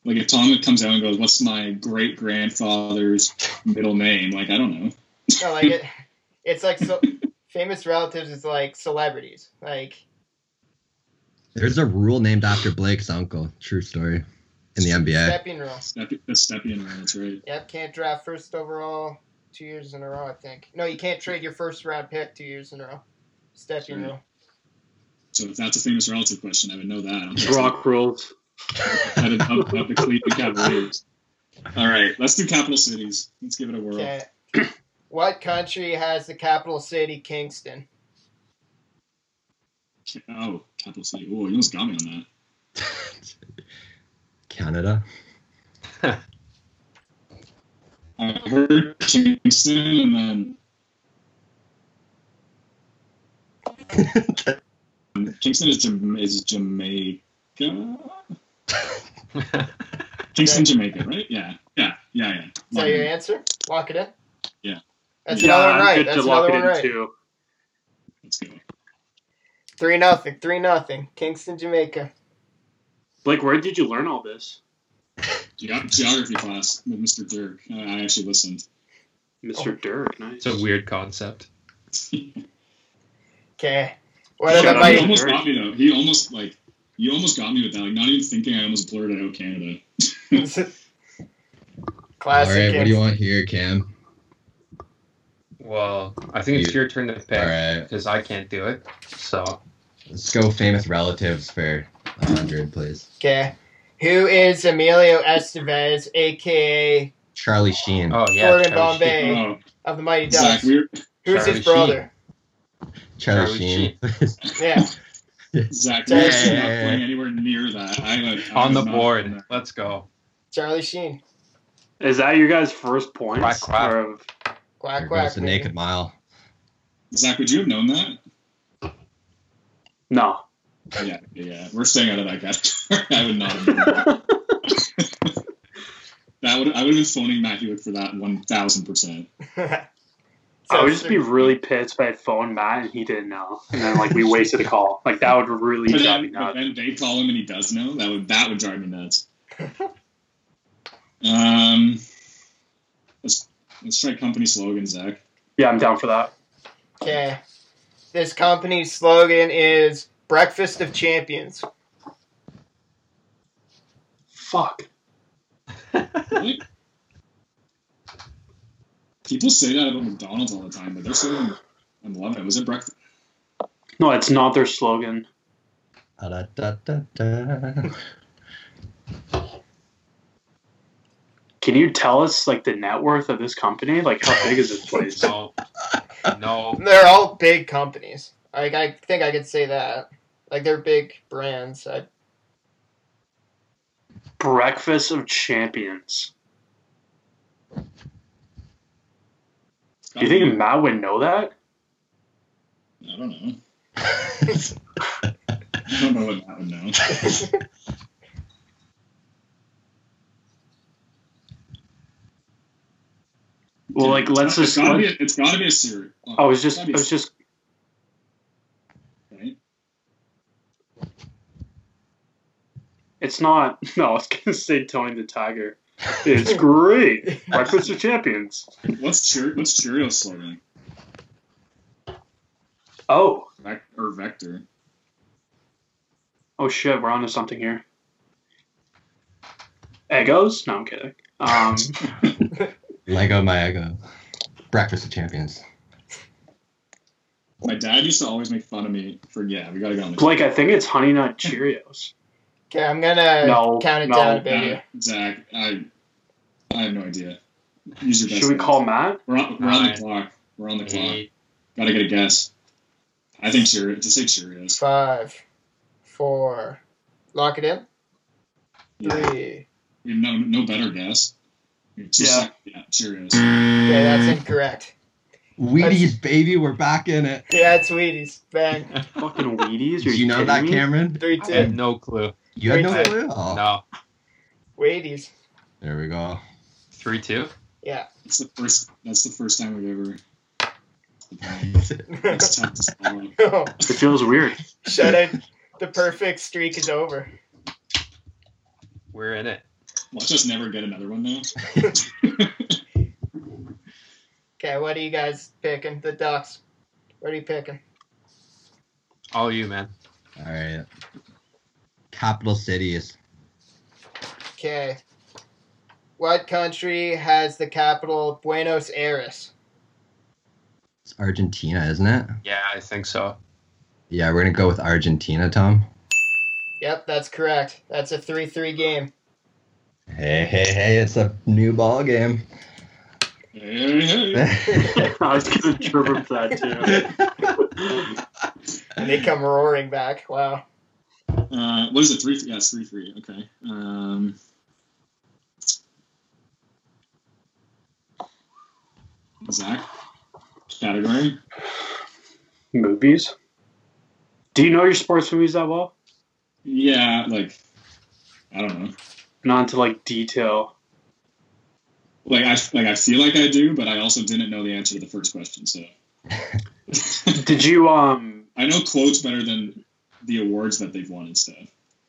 Speaker 4: like, if Tom comes out and goes, "What's my great grandfather's middle name?" Like, I don't know.
Speaker 1: No, like it, it's like so, famous relatives is like celebrities. Like
Speaker 5: There's a rule named after Blake's uncle. True story. In the NBA.
Speaker 1: stepping rule.
Speaker 4: Step, that's Stepien, right? That's right.
Speaker 1: Yep, can't draft first overall two years in a row. I think no, you can't trade your first round pick two years in a row. Stepping
Speaker 4: Right.
Speaker 1: rule.
Speaker 4: So, if that's a famous relative question, I would know that.
Speaker 2: rock rules.
Speaker 4: Headed up, up the Cleveland Cavaliers. All right, let's do capital cities. Let's give it a whirl.
Speaker 1: Okay. what country has the capital city Kingston?
Speaker 4: Oh, capital city. Oh, you almost got me on that.
Speaker 5: Canada.
Speaker 4: I heard Kingston, and then Kingston is, Jam- is Jamaica. Kingston, Jamaica, right? Yeah, yeah, yeah, yeah.
Speaker 1: Is that your answer? Lock it in.
Speaker 4: Yeah.
Speaker 1: That's
Speaker 2: Mm-hmm. yeah,
Speaker 1: another
Speaker 2: I'm
Speaker 1: one right.
Speaker 2: good
Speaker 1: That's
Speaker 2: to lock
Speaker 1: another one
Speaker 2: it in
Speaker 1: right.
Speaker 2: too.
Speaker 4: Let's go.
Speaker 1: Three nothing. Three nothing. Kingston, Jamaica.
Speaker 2: Blake, where did you learn all this,
Speaker 4: Ge- geography class with Mr. Dirk. I- I actually listened.
Speaker 2: Mister Dirk? Nice.
Speaker 3: It's a weird concept.
Speaker 1: Okay. What
Speaker 2: Shut
Speaker 1: about
Speaker 2: up,
Speaker 1: my?
Speaker 4: he
Speaker 2: Mike.
Speaker 4: almost got me though. He almost like you almost got me with that. Like not even thinking, I almost blurted out Canada.
Speaker 5: All
Speaker 1: Classic.
Speaker 5: right, what do you
Speaker 1: Kingston.
Speaker 5: want here, Cam?
Speaker 3: Well, I think it's your turn to
Speaker 5: All
Speaker 3: pick
Speaker 5: right,
Speaker 3: because I can't do it. So
Speaker 5: let's go famous relatives for 100, please.
Speaker 1: Okay. Who is Emilio Estevez, aka
Speaker 5: Charlie Sheen.
Speaker 3: oh yeah,
Speaker 1: Gordon
Speaker 3: Charlie Sheen.
Speaker 1: Bombay. Hey,
Speaker 4: Oh,
Speaker 1: of the Mighty Ducks?
Speaker 4: Zach, we were
Speaker 1: Who's
Speaker 3: Charlie
Speaker 1: his brother?
Speaker 5: Charlie,
Speaker 3: Charlie
Speaker 5: Sheen.
Speaker 1: Yeah.
Speaker 4: Zach, we were
Speaker 1: Yeah,
Speaker 5: yeah,
Speaker 4: not
Speaker 5: yeah.
Speaker 4: playing anywhere near that. I, like, I
Speaker 3: on the
Speaker 4: was not-
Speaker 3: board. Let's go.
Speaker 1: Charlie Sheen.
Speaker 2: Is that your guys' first point?
Speaker 3: Quack, quack.
Speaker 1: Quack
Speaker 5: There
Speaker 1: quack.
Speaker 5: goes the
Speaker 1: baby.
Speaker 5: naked mile.
Speaker 4: Zach, would you have known that?
Speaker 2: No.
Speaker 4: Oh, Yeah, yeah. We're staying out of that category. I would not have known that. That would I would have been phoning Matt Hewitt for that one thousand percent.
Speaker 2: I would just Oh, be really pissed if I had phoned Matt and he didn't know, and then like we wasted a call. Like that would really
Speaker 4: But
Speaker 2: drive me
Speaker 4: then, but
Speaker 2: nuts.
Speaker 4: then they call him and he does know. That would that would drive me nuts. um, let's let's try company slogan, Zach.
Speaker 2: Yeah, I'm down for that.
Speaker 1: Okay. This company's slogan is "Breakfast of Champions."
Speaker 2: Fuck.
Speaker 4: Really? People say that about McDonald's all the time, but they're slogan. I love it. Was it breakfast?
Speaker 2: No, it's not their slogan.
Speaker 5: Da-da-da-da-da.
Speaker 2: Can you tell us like the net worth of this company? Like how big is this place?
Speaker 3: No, no.
Speaker 1: They're all big companies. Like I think I could say that. Like they're big brands. I,
Speaker 2: Breakfast of Champions. Do you think Matt would know that?
Speaker 4: I don't know. I don't know what Matt would know.
Speaker 2: Well, like let's
Speaker 4: It's
Speaker 2: just.
Speaker 4: gotta be. A, it's gotta be a cereal.
Speaker 2: I was just. I
Speaker 4: Gotta be a
Speaker 2: was just.
Speaker 4: right?
Speaker 2: It's not. No, I was gonna say Tony the Tiger. It's great. Breakfast of Champions.
Speaker 4: What's Cheer- What's Cheerios slogan?
Speaker 2: Oh.
Speaker 4: Vec- or Vector?
Speaker 2: Oh shit, we're onto something here. Egos? No, I'm kidding. Um,
Speaker 5: Lego my ego. Breakfast of champions.
Speaker 4: My dad used to always make fun of me for yeah, we gotta go on the
Speaker 2: Blake, I think it's Honey Nut Cheerios.
Speaker 1: Okay, I'm gonna
Speaker 2: No,
Speaker 1: count it
Speaker 2: no,
Speaker 1: down a
Speaker 4: Nah,
Speaker 1: bit. here.
Speaker 4: Uh, Zach, I I have no idea. Use your best
Speaker 2: Should we
Speaker 4: guess.
Speaker 2: call Matt?
Speaker 4: We're on, we're on the
Speaker 3: Nine.
Speaker 4: clock. We're on the clock.
Speaker 3: Eight,
Speaker 4: Gotta get a guess. I think Cheerios. Just say Cheerios.
Speaker 1: Five, four, lock it in.
Speaker 4: Yeah.
Speaker 1: Three.
Speaker 4: We have no, no better guess. Just
Speaker 2: Yeah. Mm.
Speaker 4: like- yeah. Cheerios.
Speaker 1: Okay, that's incorrect.
Speaker 5: Wheaties, baby, we're back in it.
Speaker 1: Yeah, it's Wheaties. Bang.
Speaker 2: Fucking Wheaties? Are
Speaker 5: Did you know
Speaker 2: kidding
Speaker 5: that,
Speaker 2: me?
Speaker 5: Cameron?
Speaker 1: Three,
Speaker 3: I have
Speaker 1: two.
Speaker 3: no clue.
Speaker 5: You had no
Speaker 1: Three, two.
Speaker 5: clue. Oh,
Speaker 3: No.
Speaker 1: Wheaties.
Speaker 5: There we go.
Speaker 3: Three two.
Speaker 1: Yeah.
Speaker 4: It's the first. That's the first time we've ever. It's tough to swallow.
Speaker 2: It feels weird.
Speaker 1: Shut it. The perfect streak is over.
Speaker 3: We're in it.
Speaker 4: Let's just never get another one now.
Speaker 1: Okay, what are you guys picking? The Ducks. What are you picking?
Speaker 3: All you, man.
Speaker 5: All right. Capital cities.
Speaker 1: Okay. What country has the capital Buenos Aires?
Speaker 5: It's Argentina, isn't it?
Speaker 3: Yeah, I think so.
Speaker 5: Yeah, we're gonna go with Argentina, Tom.
Speaker 1: Yep, that's correct. That's a 3 3 game.
Speaker 5: Hey, hey, hey! It's a new ball game.
Speaker 4: Hey, hey.
Speaker 5: yeah,
Speaker 2: I was gonna trip up that too.
Speaker 1: And they come roaring back. Wow.
Speaker 4: Uh, what is it? Three. Yeah, it's three three. Okay. Um, Zach. Category.
Speaker 2: Movies. Do you know your sports movies that well?
Speaker 4: Yeah, like I don't know.
Speaker 2: Not to like detail.
Speaker 4: Like I like I feel like I do, but I also didn't know the answer to the first question. So
Speaker 2: Did you um?
Speaker 4: I know quotes better than the awards that they've won and stuff.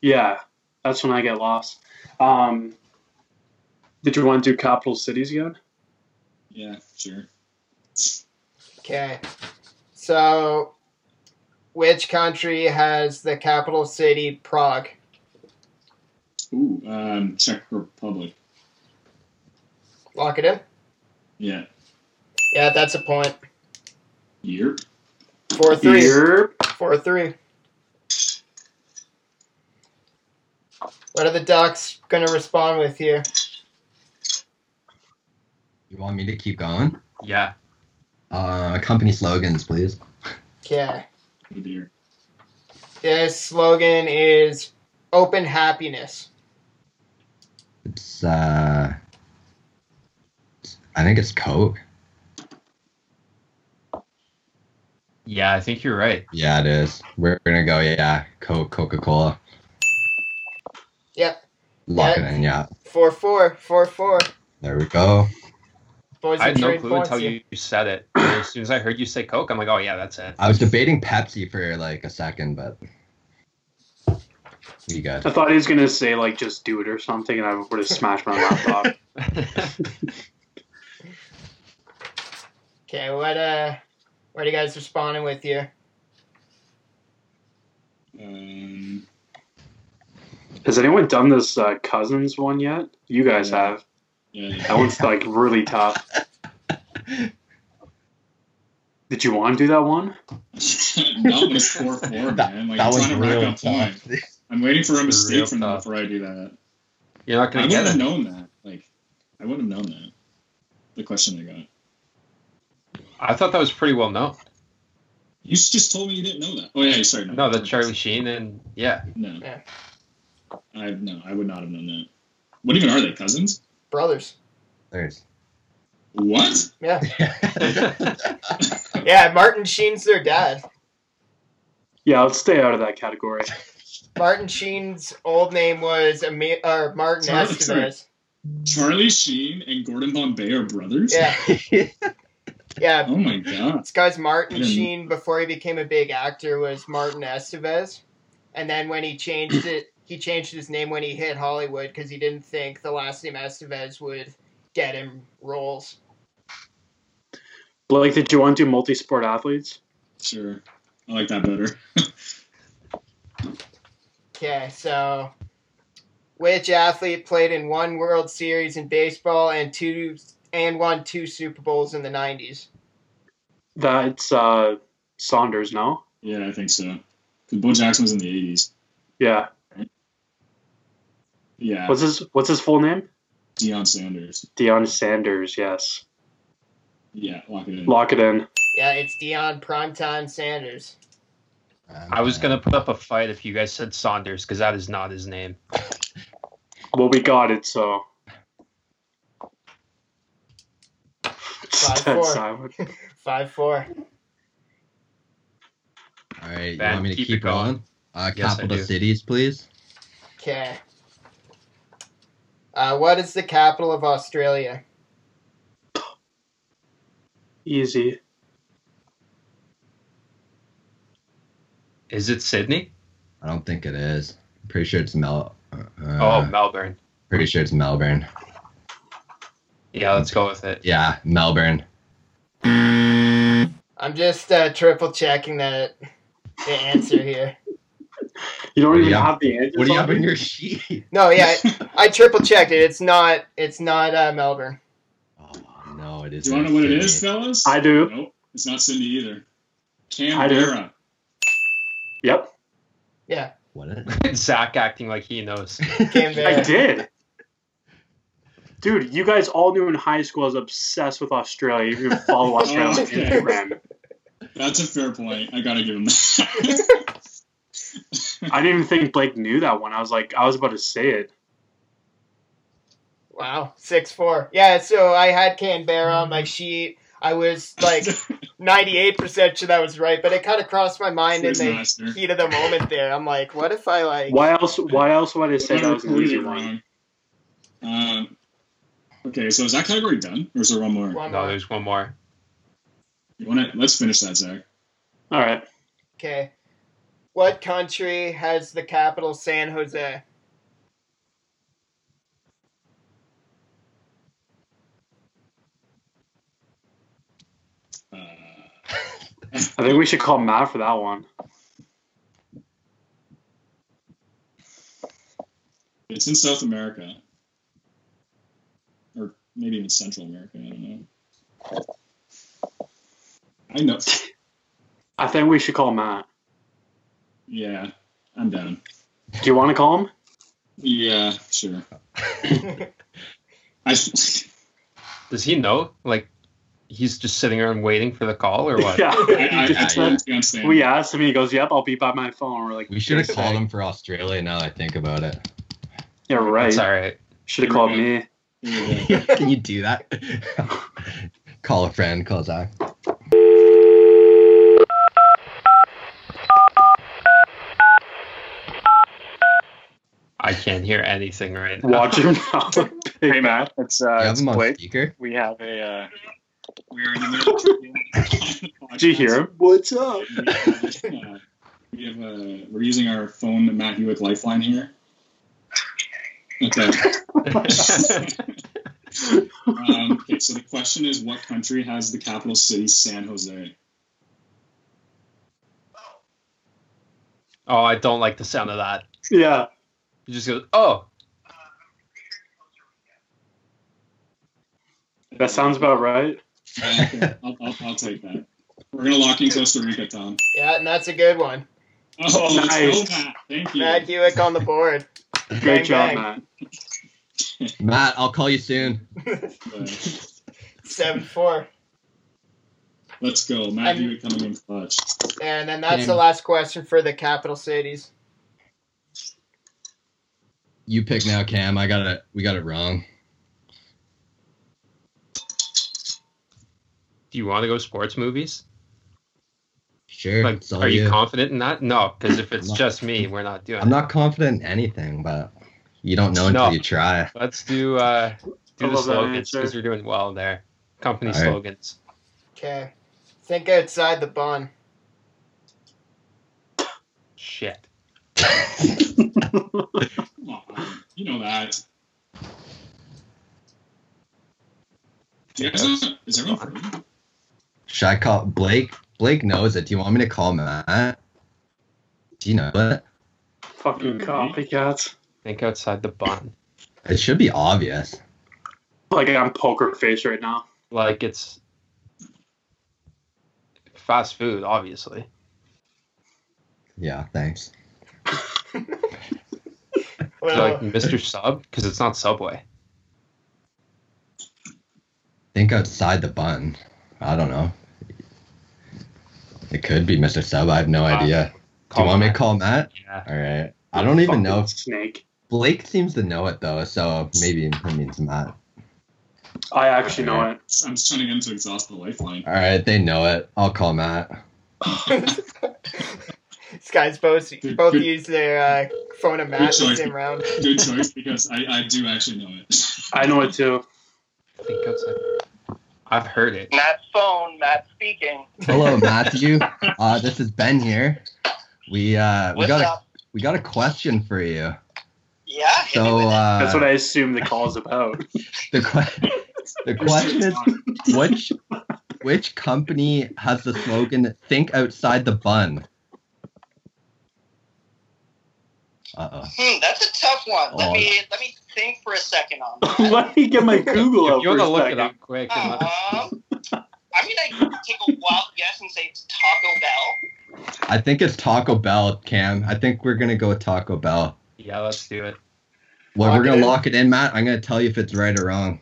Speaker 2: Yeah, that's when I get lost. Um, did you want to do capital cities again?
Speaker 4: Yeah, sure.
Speaker 1: Okay. So, which country has the capital city Prague?
Speaker 4: Ooh, um, Czech Republic.
Speaker 1: Lock it in.
Speaker 4: Yeah.
Speaker 1: Yeah, that's a point.
Speaker 4: Europe.
Speaker 1: 4 3.
Speaker 2: Europe.
Speaker 1: 4 3. What are the Ducks going to respond with here?
Speaker 5: you want me to keep going?
Speaker 3: Yeah.
Speaker 5: Uh, company slogans, please.
Speaker 1: Okay.
Speaker 4: Oh dear.
Speaker 1: Their slogan is open happiness.
Speaker 5: It's uh, I think it's Coke.
Speaker 3: Yeah, I think you're right.
Speaker 5: Yeah, it is. We're gonna go. Yeah, Coke, Coca Cola.
Speaker 1: Yep.
Speaker 5: Lock
Speaker 1: Yeah.
Speaker 5: it in. Yeah,
Speaker 1: 4 4. 4 4.
Speaker 5: there we go.
Speaker 1: Boys
Speaker 3: I
Speaker 1: are
Speaker 3: had no
Speaker 1: trading
Speaker 3: clue
Speaker 1: points
Speaker 3: until
Speaker 1: here.
Speaker 3: you said it. And as soon as I heard you say Coke, I'm like, oh yeah, that's it.
Speaker 5: I was debating Pepsi for like a second, but we got.
Speaker 2: I thought he was gonna say like just do it or something, and I would have smashed my laptop.
Speaker 1: Okay, what uh, what are you guys responding with here?
Speaker 4: Um,
Speaker 2: Has anyone done this uh, cousins one yet? You guys
Speaker 4: Yeah.
Speaker 2: have.
Speaker 4: yeah, yeah.
Speaker 2: That one's like really tough. Did you want to do that one?
Speaker 4: no, but it's four four, man. Like
Speaker 5: that
Speaker 4: I'm
Speaker 5: was
Speaker 4: trying to rack
Speaker 5: real
Speaker 4: up points.
Speaker 5: tough.
Speaker 4: I'm waiting for a
Speaker 3: Real
Speaker 4: mistake from them
Speaker 3: tough.
Speaker 4: before I do that.
Speaker 3: you're not
Speaker 4: I
Speaker 3: gonna
Speaker 4: wouldn't
Speaker 3: get
Speaker 4: have
Speaker 3: it.
Speaker 4: known that. Like I wouldn't have known that. The question I got.
Speaker 3: I thought that was pretty well known.
Speaker 4: You just told me you didn't know that. Oh yeah, sorry.
Speaker 3: No, that's Charlie Sheen, and yeah,
Speaker 4: No.
Speaker 1: Yeah.
Speaker 4: I no, I would not have known that. What even are they cousins?
Speaker 1: Brothers.
Speaker 5: There's.
Speaker 4: What?
Speaker 1: Yeah. Yeah, Martin Sheen's their dad.
Speaker 2: Yeah, let's stay out of that category.
Speaker 1: Martin Sheen's old name was Ami- or Martin
Speaker 4: Sorry,
Speaker 1: Estevez.
Speaker 4: Charlie Sheen and Gordon Bombay are brothers?
Speaker 1: Yeah. Yeah.
Speaker 4: Oh my god.
Speaker 1: This guy's Martin
Speaker 4: I didn't-
Speaker 1: Sheen before he became a big actor was Martin Estevez. And then when he changed it, he changed his name when he hit Hollywood because he didn't think the last name Estevez would get him roles.
Speaker 2: Blake, did you want to do multi-sport athletes?
Speaker 4: Sure. I like that better.
Speaker 1: Okay, so which athlete played in one World Series in baseball and two and won two Super Bowls in the nineties?
Speaker 2: That's uh, Saunders, no?
Speaker 4: Yeah, I think so. Because Bo Jackson was in the '80s.
Speaker 2: Yeah.
Speaker 4: Yeah,
Speaker 2: What's his What's his full name?
Speaker 4: Deion Sanders.
Speaker 2: Deion Sanders. Yes.
Speaker 4: Yeah, lock it in.
Speaker 2: Lock it in.
Speaker 1: Yeah, it's Dion Primetime Sanders.
Speaker 3: I was gonna put up a fight if you guys said Saunders because that is not his name.
Speaker 2: Well, we got it. So.
Speaker 1: Five,
Speaker 2: Dead
Speaker 1: four.
Speaker 2: silent.
Speaker 1: Five four.
Speaker 5: All right, you
Speaker 3: Ben,
Speaker 5: want me to
Speaker 3: keep
Speaker 5: keep,
Speaker 3: it going.
Speaker 5: rolling? Uh,
Speaker 3: Yes, I
Speaker 5: capital
Speaker 3: do.
Speaker 5: cities, please.
Speaker 1: Okay. Uh, what is the capital of Australia?
Speaker 2: Easy.
Speaker 3: Is it Sydney?
Speaker 5: I don't think it is. I'm pretty sure it's Mel. Uh,
Speaker 3: oh, Melbourne.
Speaker 5: pretty sure it's Melbourne.
Speaker 3: Yeah, let's go with it.
Speaker 5: Yeah, Melbourne.
Speaker 1: I'm just uh, triple checking that the answer here.
Speaker 2: You don't
Speaker 5: What do
Speaker 2: even
Speaker 5: you have-
Speaker 2: have the answer.
Speaker 5: What do you have in your sheet?
Speaker 1: No, yeah, I, I triple checked it. It's not. It's not uh, Melbourne.
Speaker 5: Oh no, it is.
Speaker 4: Do you want to know what it is, fellas?
Speaker 2: I do.
Speaker 4: Nope, it's not Sydney either.
Speaker 2: I do.
Speaker 4: Canberra.
Speaker 2: Yep.
Speaker 5: What? Is
Speaker 3: Zach acting like he knows.
Speaker 1: Canberra.
Speaker 2: I did. Dude, you guys all knew in high school I was obsessed with Australia. You can follow Australia on
Speaker 4: Okay.
Speaker 2: Instagram.
Speaker 4: That's a fair point. I gotta give him that.
Speaker 2: I didn't even think Blake knew that one. I was like, I was about to say it.
Speaker 1: Wow, six four. Yeah, so I had Canberra on my sheet. I was like ninety eight percent sure that was right, but it kind of crossed my mind in
Speaker 4: Quiz
Speaker 1: the
Speaker 4: master.
Speaker 1: heat of the moment. There, I'm like, what if I like?
Speaker 2: Why else? Why else would I say
Speaker 4: Whatever
Speaker 2: that was an
Speaker 4: recorded
Speaker 2: easy
Speaker 4: it
Speaker 2: one?
Speaker 4: wrong. Um, okay, so is that category done, or is there one more?
Speaker 1: One
Speaker 3: no,
Speaker 1: more.
Speaker 3: there's one more.
Speaker 4: You want to? Let's finish that, Zach.
Speaker 2: All right,
Speaker 1: Okay. What country has the capital San Jose?
Speaker 4: Uh,
Speaker 2: I think we should call Matt for that one.
Speaker 4: it's in South America, or maybe even Central America. I don't know. I know.
Speaker 2: I think we should call Matt.
Speaker 4: Yeah, I'm down.
Speaker 2: Do you want to call him?
Speaker 4: Yeah, sure. I,
Speaker 3: Does he know? Like, he's just sitting around waiting for the call or what?
Speaker 2: Yeah.
Speaker 4: I,
Speaker 2: He
Speaker 4: I,
Speaker 2: just
Speaker 4: I
Speaker 2: said-
Speaker 4: totally understand.
Speaker 2: we asked him. He goes, "Yep, I'll be by my phone." We're like,
Speaker 5: we should have
Speaker 2: "Yes,
Speaker 5: called
Speaker 2: eh."
Speaker 5: him for Australia. Now that I think about it.
Speaker 2: Yeah, right.
Speaker 3: That's all right.
Speaker 2: Should have called me.
Speaker 4: Yeah.
Speaker 5: Can you do that? call a friend. Call Zach.
Speaker 6: Uh,
Speaker 3: I can't hear anything right now.
Speaker 2: Watch him now.
Speaker 6: Hey Matt, it's uh,
Speaker 5: you have
Speaker 6: it's
Speaker 5: him on
Speaker 6: Blake.
Speaker 5: speaker.
Speaker 6: We have a. Uh,
Speaker 4: We're in the middle of
Speaker 2: Did you hear him? What's up?
Speaker 4: Uh, we have uh, we're using our phone Matt Hewitt lifeline here. Okay. um, okay. So the question is, what country has the capital city San Jose?
Speaker 3: oh, I don't like the sound of that.
Speaker 2: Yeah.
Speaker 3: He just goes, oh,
Speaker 2: That sounds about right.
Speaker 4: Uh, okay, I'll, I'll, I'll take that. We're gonna lock in Costa Rica, Tom.
Speaker 1: Yeah, and that's a good one.
Speaker 4: Oh, let's go,
Speaker 2: Nice.
Speaker 4: Matt. Thank you.
Speaker 1: Matt Hewick on the board. Bang,
Speaker 2: Great job,
Speaker 1: bang.
Speaker 2: Matt.
Speaker 5: Matt, I'll call you soon.
Speaker 4: Uh,
Speaker 1: Seven four.
Speaker 4: let's go, Matt
Speaker 1: And-
Speaker 4: Hewitt coming in clutch.
Speaker 1: And then that's the
Speaker 5: Damn.
Speaker 1: last question for the capital cities.
Speaker 5: You pick now, Cam. I got it. We got it wrong.
Speaker 3: do you want to go sports movies?
Speaker 5: Sure.
Speaker 3: Like,
Speaker 5: it's all
Speaker 3: are you, confident in that? No, because if it's
Speaker 5: I'm not-
Speaker 3: just me, we're not doing
Speaker 5: I'm
Speaker 3: it.
Speaker 5: not confident in anything, but you don't know until
Speaker 3: No.
Speaker 5: you try.
Speaker 3: Let's do uh,
Speaker 2: I
Speaker 3: do the
Speaker 2: love that
Speaker 3: slogans because
Speaker 2: answer.
Speaker 3: you're doing well there. Company
Speaker 5: All right.
Speaker 3: slogans.
Speaker 1: Okay. Think outside the bun.
Speaker 3: Shit.
Speaker 4: Come on, you know that. Do you guys know- is everyone free?
Speaker 5: Should I call Blake? Blake knows it. Do you want me to call Matt? Do you know it?
Speaker 2: Fucking
Speaker 6: Mhm.
Speaker 2: copycats.
Speaker 3: Think outside the bun.
Speaker 5: It should be obvious.
Speaker 2: Like I'm poker face right now.
Speaker 3: Like it's fast food, obviously.
Speaker 5: Yeah, thanks.
Speaker 3: Is it like
Speaker 1: Well,
Speaker 3: Mr. Sub because it's not Subway.
Speaker 5: Think outside the bun. I don't know. It could be Mr. Sub. I have no
Speaker 3: Ah,
Speaker 5: idea. Do
Speaker 3: Call
Speaker 5: you want me to
Speaker 3: Matt.
Speaker 5: call Matt?
Speaker 3: Yeah.
Speaker 5: All right. I don't even know. If
Speaker 2: Snake.
Speaker 5: Blake seems to know it though, so maybe it means Matt.
Speaker 2: I actually know it.
Speaker 4: I'm just trying to get him to exhaust the lifeline.
Speaker 5: All right, they know it. I'll call Matt.
Speaker 1: these guys both both use their uh, phone and Matt the
Speaker 4: choice.
Speaker 1: same round.
Speaker 4: Good choice because I, I do actually know it.
Speaker 2: I know it too.
Speaker 3: Think outside. I've heard it.
Speaker 7: Matt's phone, Matt speaking.
Speaker 5: Hello, Matthew. Uh, this is Ben here. We uh, we
Speaker 7: What's
Speaker 5: got a,
Speaker 7: up?
Speaker 5: we got a question for you.
Speaker 7: Yeah. hit me
Speaker 5: So
Speaker 7: with it.
Speaker 5: uh,
Speaker 2: That's what I assume the call is about.
Speaker 5: the que- the question is which which company has the slogan "Think outside the bun"? Uh oh.
Speaker 7: hmm, that's a tough one. Let
Speaker 5: Oh.
Speaker 7: me let me think for a second on that.
Speaker 2: Let me get my Google up
Speaker 3: If you
Speaker 2: for
Speaker 3: want
Speaker 2: a
Speaker 3: to look it
Speaker 2: second. Uh-huh.
Speaker 3: up quick, and let us-
Speaker 7: um, I'm gonna take a wild guess and say it's Taco Bell.
Speaker 5: I think it's Taco Bell, Cam. I think we're gonna go with Taco Bell.
Speaker 3: yeah, let's do it.
Speaker 5: Well,
Speaker 1: Lock
Speaker 5: we're
Speaker 1: it
Speaker 5: gonna
Speaker 1: in.
Speaker 5: lock it in, Matt. I'm gonna tell you if it's right or wrong.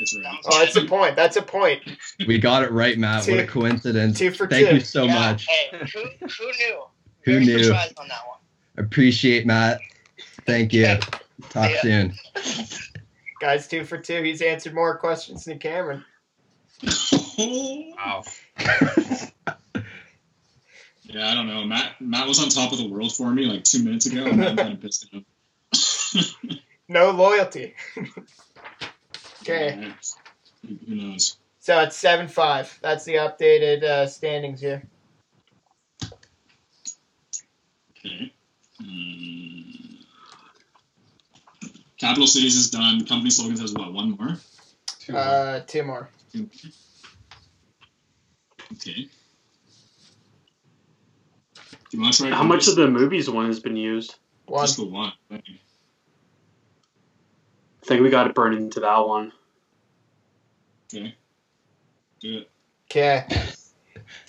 Speaker 4: It's right.
Speaker 1: Oh, that's a point. That's a point.
Speaker 5: We got it right, Matt. What a
Speaker 1: Two-
Speaker 5: coincidence!
Speaker 1: Two for
Speaker 5: Thank
Speaker 1: two.
Speaker 5: you so
Speaker 7: Yeah,
Speaker 5: much.
Speaker 7: Hey, who, who knew?
Speaker 5: Who
Speaker 7: Very
Speaker 5: knew?
Speaker 7: Surprised on that one.
Speaker 5: Appreciate Matt. Thank you. Talk
Speaker 7: Yeah.
Speaker 5: soon.
Speaker 1: Guys, two for two. He's answered more questions than Cameron.
Speaker 3: Wow.
Speaker 4: yeah, I don't know. Matt Matt was on top of the world for me like two minutes ago, and I'm kind of pissed at him.
Speaker 1: No loyalty. okay,
Speaker 4: Yeah, who- Who knows?
Speaker 1: so it's seven five. That's the updated uh, standings here.
Speaker 4: Okay. Mm. Capital Cities is done. Company Slogans has what? One more.
Speaker 1: Uh, two more.
Speaker 4: Okay. Do you want to try?
Speaker 2: How much of the movies one has been used?
Speaker 1: One.
Speaker 4: Just the one. Okay.
Speaker 2: I think we got to burn into that one.
Speaker 4: Do it.
Speaker 1: Okay.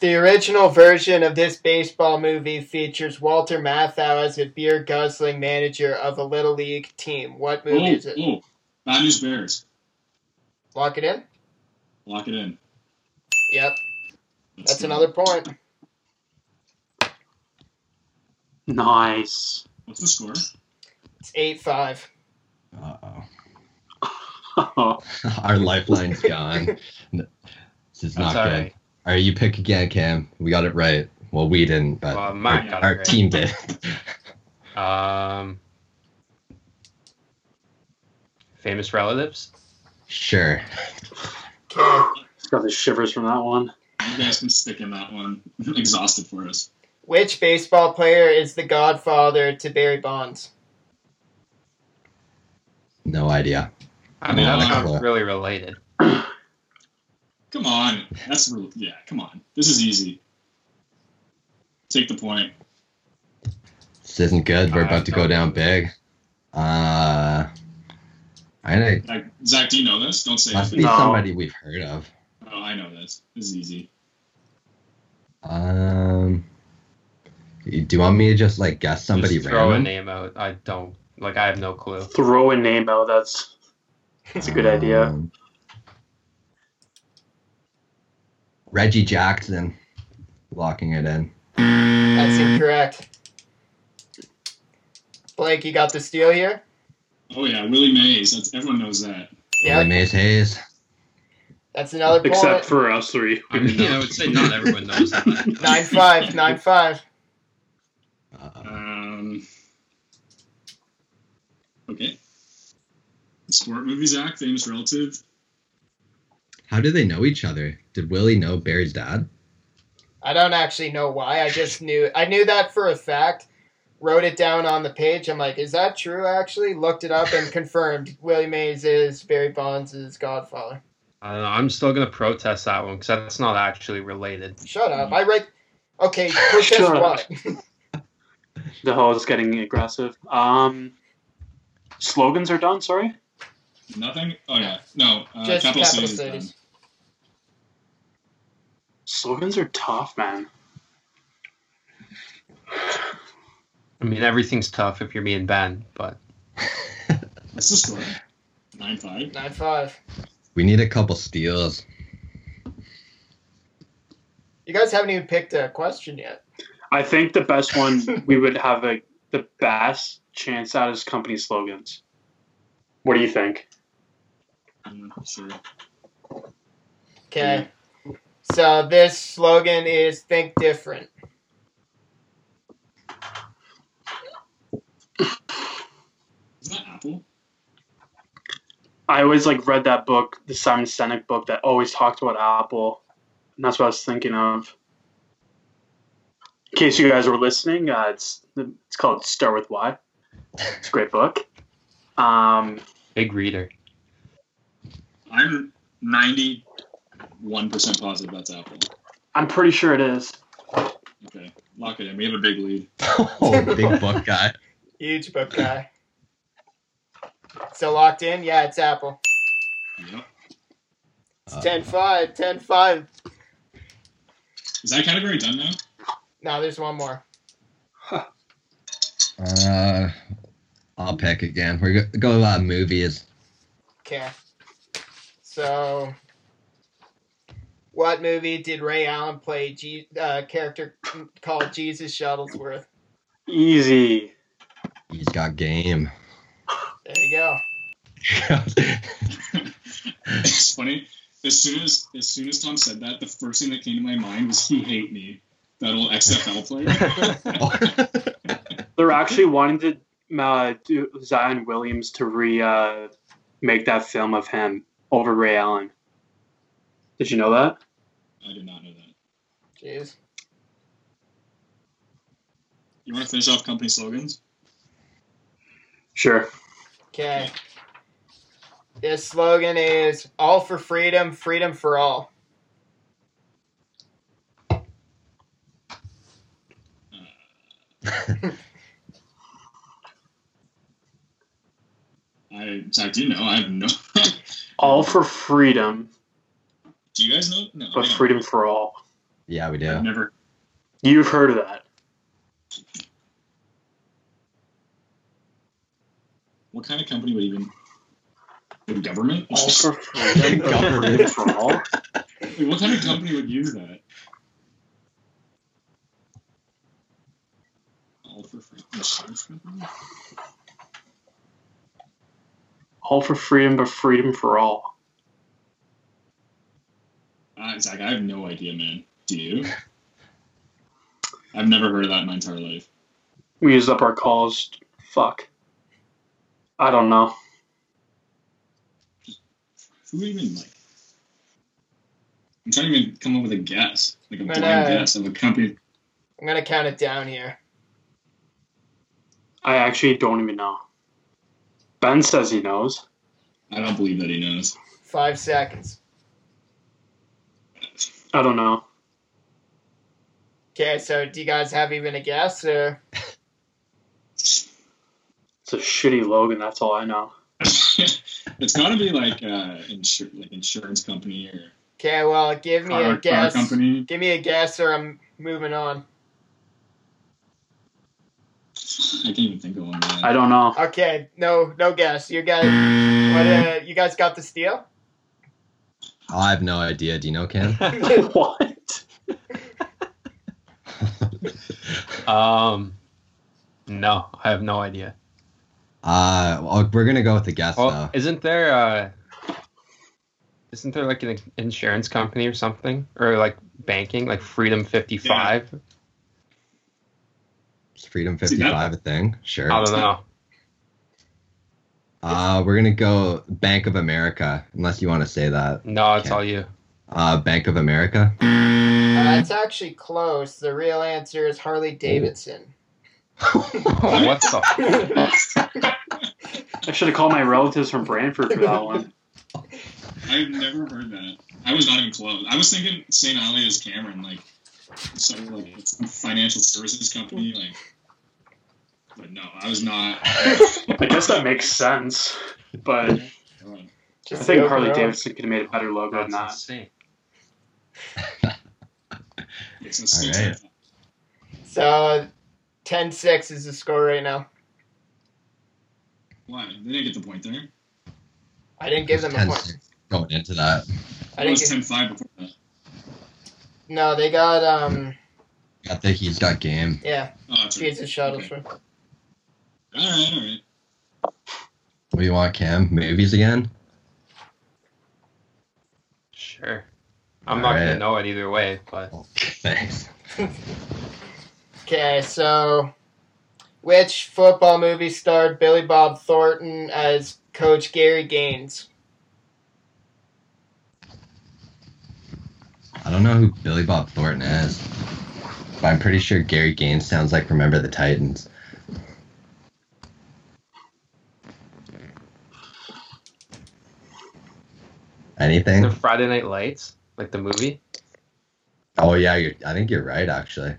Speaker 1: The original version of this baseball movie features Walter Matthau as a beer guzzling manager of a little league team. What movie is
Speaker 4: Oh,
Speaker 1: it?
Speaker 4: oh, Bad News Bears.
Speaker 1: Lock it in.
Speaker 4: Lock it in.
Speaker 1: Yep,
Speaker 4: Let's
Speaker 1: that's
Speaker 4: go.
Speaker 1: another point.
Speaker 2: Nice.
Speaker 4: What's the score?
Speaker 1: It's eight five.
Speaker 5: Uh oh.
Speaker 2: Oh,
Speaker 5: Our lifeline's gone. No, this is
Speaker 3: That's
Speaker 5: not
Speaker 3: all
Speaker 5: good.
Speaker 3: right.
Speaker 5: All right, you pick again, Cam. We got it right. Well, we didn't, but
Speaker 3: Well, Matt
Speaker 5: our,
Speaker 3: got
Speaker 5: our
Speaker 3: it right.
Speaker 5: team did.
Speaker 3: Um, famous relatives.
Speaker 5: sure.
Speaker 1: Okay.
Speaker 2: got the shivers from that one.
Speaker 4: You guys can stick in that one. Exhausted for us.
Speaker 1: Which baseball player is the godfather to Barry Bonds?
Speaker 5: No idea.
Speaker 3: I mean, that's
Speaker 4: Monica.
Speaker 3: not really related.
Speaker 4: Come on. That's real. Yeah, come on. This is easy. Take the point.
Speaker 5: This isn't good. We're
Speaker 3: Uh,
Speaker 5: about to go down big. Uh, I know. it
Speaker 4: Like, Zach, do you know this? Don't say
Speaker 5: Must
Speaker 4: it.
Speaker 5: be
Speaker 2: No.
Speaker 5: somebody we've heard of.
Speaker 4: Oh, I know this. This is easy.
Speaker 5: Um, you- do you want me to just like guess somebody
Speaker 3: Just throw a
Speaker 5: random?
Speaker 3: name out. I don't like. I have no clue.
Speaker 2: Throw a name out. That's that's a good idea.
Speaker 5: Um, Reggie Jackson, locking it in.
Speaker 1: That's
Speaker 2: Mm.
Speaker 1: incorrect. Blake, you got the steal here.
Speaker 4: Oh, yeah. Willie Mays. That's, everyone knows that.
Speaker 5: Willie
Speaker 1: Yeah,
Speaker 5: Mays Hayes.
Speaker 1: that's another point.
Speaker 2: Except for us three.
Speaker 3: I mean, I would say not everyone knows that.
Speaker 1: nine five, nine five.
Speaker 5: Uh,
Speaker 4: Um, okay. Sport movie, Zach. Famous relative.
Speaker 5: how do they know each other? Did Willie know Barry's dad?
Speaker 1: I don't actually know why. I just knew. I knew that for a fact. Wrote it down on the page. I'm like, is that true? Actually, looked it up and confirmed. Willie Mays is Barry Bonds' godfather.
Speaker 3: I don't know. I'm still gonna protest that one because that's not actually related.
Speaker 1: Shut up. I write. Okay, protest
Speaker 2: Shut up.
Speaker 1: what?
Speaker 2: The hell is getting aggressive. Um, slogans are done. Sorry.
Speaker 4: Nothing? Oh, yeah. No. Uh,
Speaker 1: Just
Speaker 4: Capital,
Speaker 1: capital
Speaker 4: um, Cities. is
Speaker 1: cities.
Speaker 4: done.
Speaker 2: Slogans are tough, man.
Speaker 3: I mean, everything's tough if you're me and Ben, but
Speaker 4: That's the story. Nine five.
Speaker 1: Nine five.
Speaker 5: We need a couple steals.
Speaker 1: You guys haven't even picked a question yet.
Speaker 2: I think the best one we would have a, the best chance at is company slogans. What do you think?
Speaker 4: Yeah, sure.
Speaker 1: Okay. So this slogan is "Think different."
Speaker 4: Is that Apple?
Speaker 2: I always like read that book, the Simon Sinek book, that always talked about Apple, and that's what I was thinking of. In case you guys were listening, uh, it's it's called Start with Why. It's a great book. Um,
Speaker 3: big reader.
Speaker 4: I'm ninety one percent positive that's Apple.
Speaker 2: I'm pretty sure it is.
Speaker 4: Okay. Lock it in. We have a big lead.
Speaker 5: Oh, big book guy.
Speaker 1: Huge book guy. So locked in? Yeah, it's Apple.
Speaker 4: Yep.
Speaker 5: Uh.
Speaker 1: It's 10 5. 10 5.
Speaker 4: Is that category done now?
Speaker 1: No, there's one more.
Speaker 5: Uh, I'll pick again. We're go, go uh, movies.
Speaker 1: Okay. So, what movie did Ray Allen play G- uh, character called Jesus Shuttlesworth?
Speaker 2: Easy.
Speaker 5: He's got game.
Speaker 1: There you go.
Speaker 4: it's funny. As soon as as soon as Tom said that, the first thing that came to my mind was he hate me. That old XFL player.
Speaker 2: They're actually wanting to uh, do Zion Williams to re uh, make that film of him over Ray Allen. Did you know that?
Speaker 4: I did not know that.
Speaker 1: Jeez.
Speaker 4: You want to finish off company slogans?
Speaker 2: Sure.
Speaker 1: Okay. This slogan is All for Freedom, Freedom for All.
Speaker 4: I Zach, do you know? I have no.
Speaker 2: All for freedom,
Speaker 4: do you guys know? No.
Speaker 2: but
Speaker 4: I don't.
Speaker 2: freedom for all.
Speaker 5: yeah, we
Speaker 4: I've
Speaker 5: do.
Speaker 4: never.
Speaker 2: You've heard of that.
Speaker 4: What kind of company would even? The government?
Speaker 2: All for freedom, but freedom for all.
Speaker 4: Like, what kind of company would use that? All for free. Insurance company?
Speaker 2: All for freedom, but freedom for all.
Speaker 4: Uh, Zach, I have no idea, man. Do you? I've never heard of that in my entire life.
Speaker 2: We used up our calls. Fuck. I don't know.
Speaker 4: Who even like? I'm trying to even come up with a guess, like a
Speaker 1: But,
Speaker 4: blind
Speaker 1: uh,
Speaker 4: guess of a company.
Speaker 1: I'm going to count it down here.
Speaker 2: I actually don't even know. Ben says he knows.
Speaker 4: I don't believe that he knows.
Speaker 1: Five seconds.
Speaker 2: I don't know.
Speaker 1: Okay, so do you guys have even a guess? Or...
Speaker 2: It's a shitty Logan. That's all I know.
Speaker 4: it's got to be like uh, insur- like insurance company or
Speaker 1: Okay, well, give me
Speaker 4: car,
Speaker 1: a
Speaker 4: car
Speaker 1: guess.
Speaker 4: company.
Speaker 1: Give me a guess, or I'm moving on.
Speaker 4: I can't even think of one. Man.
Speaker 2: I don't know.
Speaker 1: Okay, no, no guess. You guys, what, uh, you guys got the steal.
Speaker 5: I have no idea. Do you know, Ken?
Speaker 2: what?
Speaker 3: um, no, I have no idea.
Speaker 5: Uh, well, we're gonna go with the guess
Speaker 3: Well,
Speaker 5: though.
Speaker 3: isn't there uh isn't there like an insurance company or something or like banking like Freedom 55?
Speaker 5: Is Freedom
Speaker 4: See, that-
Speaker 5: 55 a thing? Sure.
Speaker 3: I don't know.
Speaker 5: Uh, we're gonna go Bank of America, unless you want to say that.
Speaker 3: No, it's
Speaker 5: Okay.
Speaker 3: all you.
Speaker 5: Uh, Bank of America.
Speaker 1: Uh, that's actually close. The real answer is Harley Davidson.
Speaker 3: what the
Speaker 2: I should have called my relatives from Branford for that one.
Speaker 4: I've never heard that. I was not even close. I was thinking St. Ali is Cameron, like some like some financial services company,
Speaker 1: Mm.
Speaker 4: like. But no, I was not.
Speaker 2: I guess that makes sense, but I
Speaker 1: Just the
Speaker 2: think Harley
Speaker 1: overall.
Speaker 2: Davidson could have made a better logo than
Speaker 3: That's
Speaker 2: that.
Speaker 3: insane.
Speaker 4: It's a still
Speaker 5: Alright.
Speaker 4: tie.
Speaker 1: So 10 6 is the score right now.
Speaker 4: Why? They didn't get the point there.
Speaker 1: I didn't give them a
Speaker 5: 10
Speaker 1: point.
Speaker 5: going into that.
Speaker 1: I
Speaker 4: It
Speaker 1: didn't
Speaker 4: was
Speaker 1: give,
Speaker 4: 10-5 before that.
Speaker 1: no, they got, um,
Speaker 5: Got the he's got game.
Speaker 1: yeah,
Speaker 4: Oh, that's right.
Speaker 1: Jesus Shuttle.
Speaker 4: All right, all right.
Speaker 5: What do you want, Cam? Movies again?
Speaker 3: Sure. I'm not
Speaker 5: Alright.
Speaker 3: gonna know it either way, but
Speaker 5: Thanks.
Speaker 1: Okay, so which football movie starred Billy Bob Thornton as Coach Gary Gaines?
Speaker 5: I don't know who Billy Bob Thornton is, but I'm pretty sure Gary Gaines sounds like Remember the Titans.
Speaker 3: the
Speaker 5: Anything?
Speaker 3: Friday Night Lights, like the movie.
Speaker 5: Oh yeah, you're, I think you're right actually.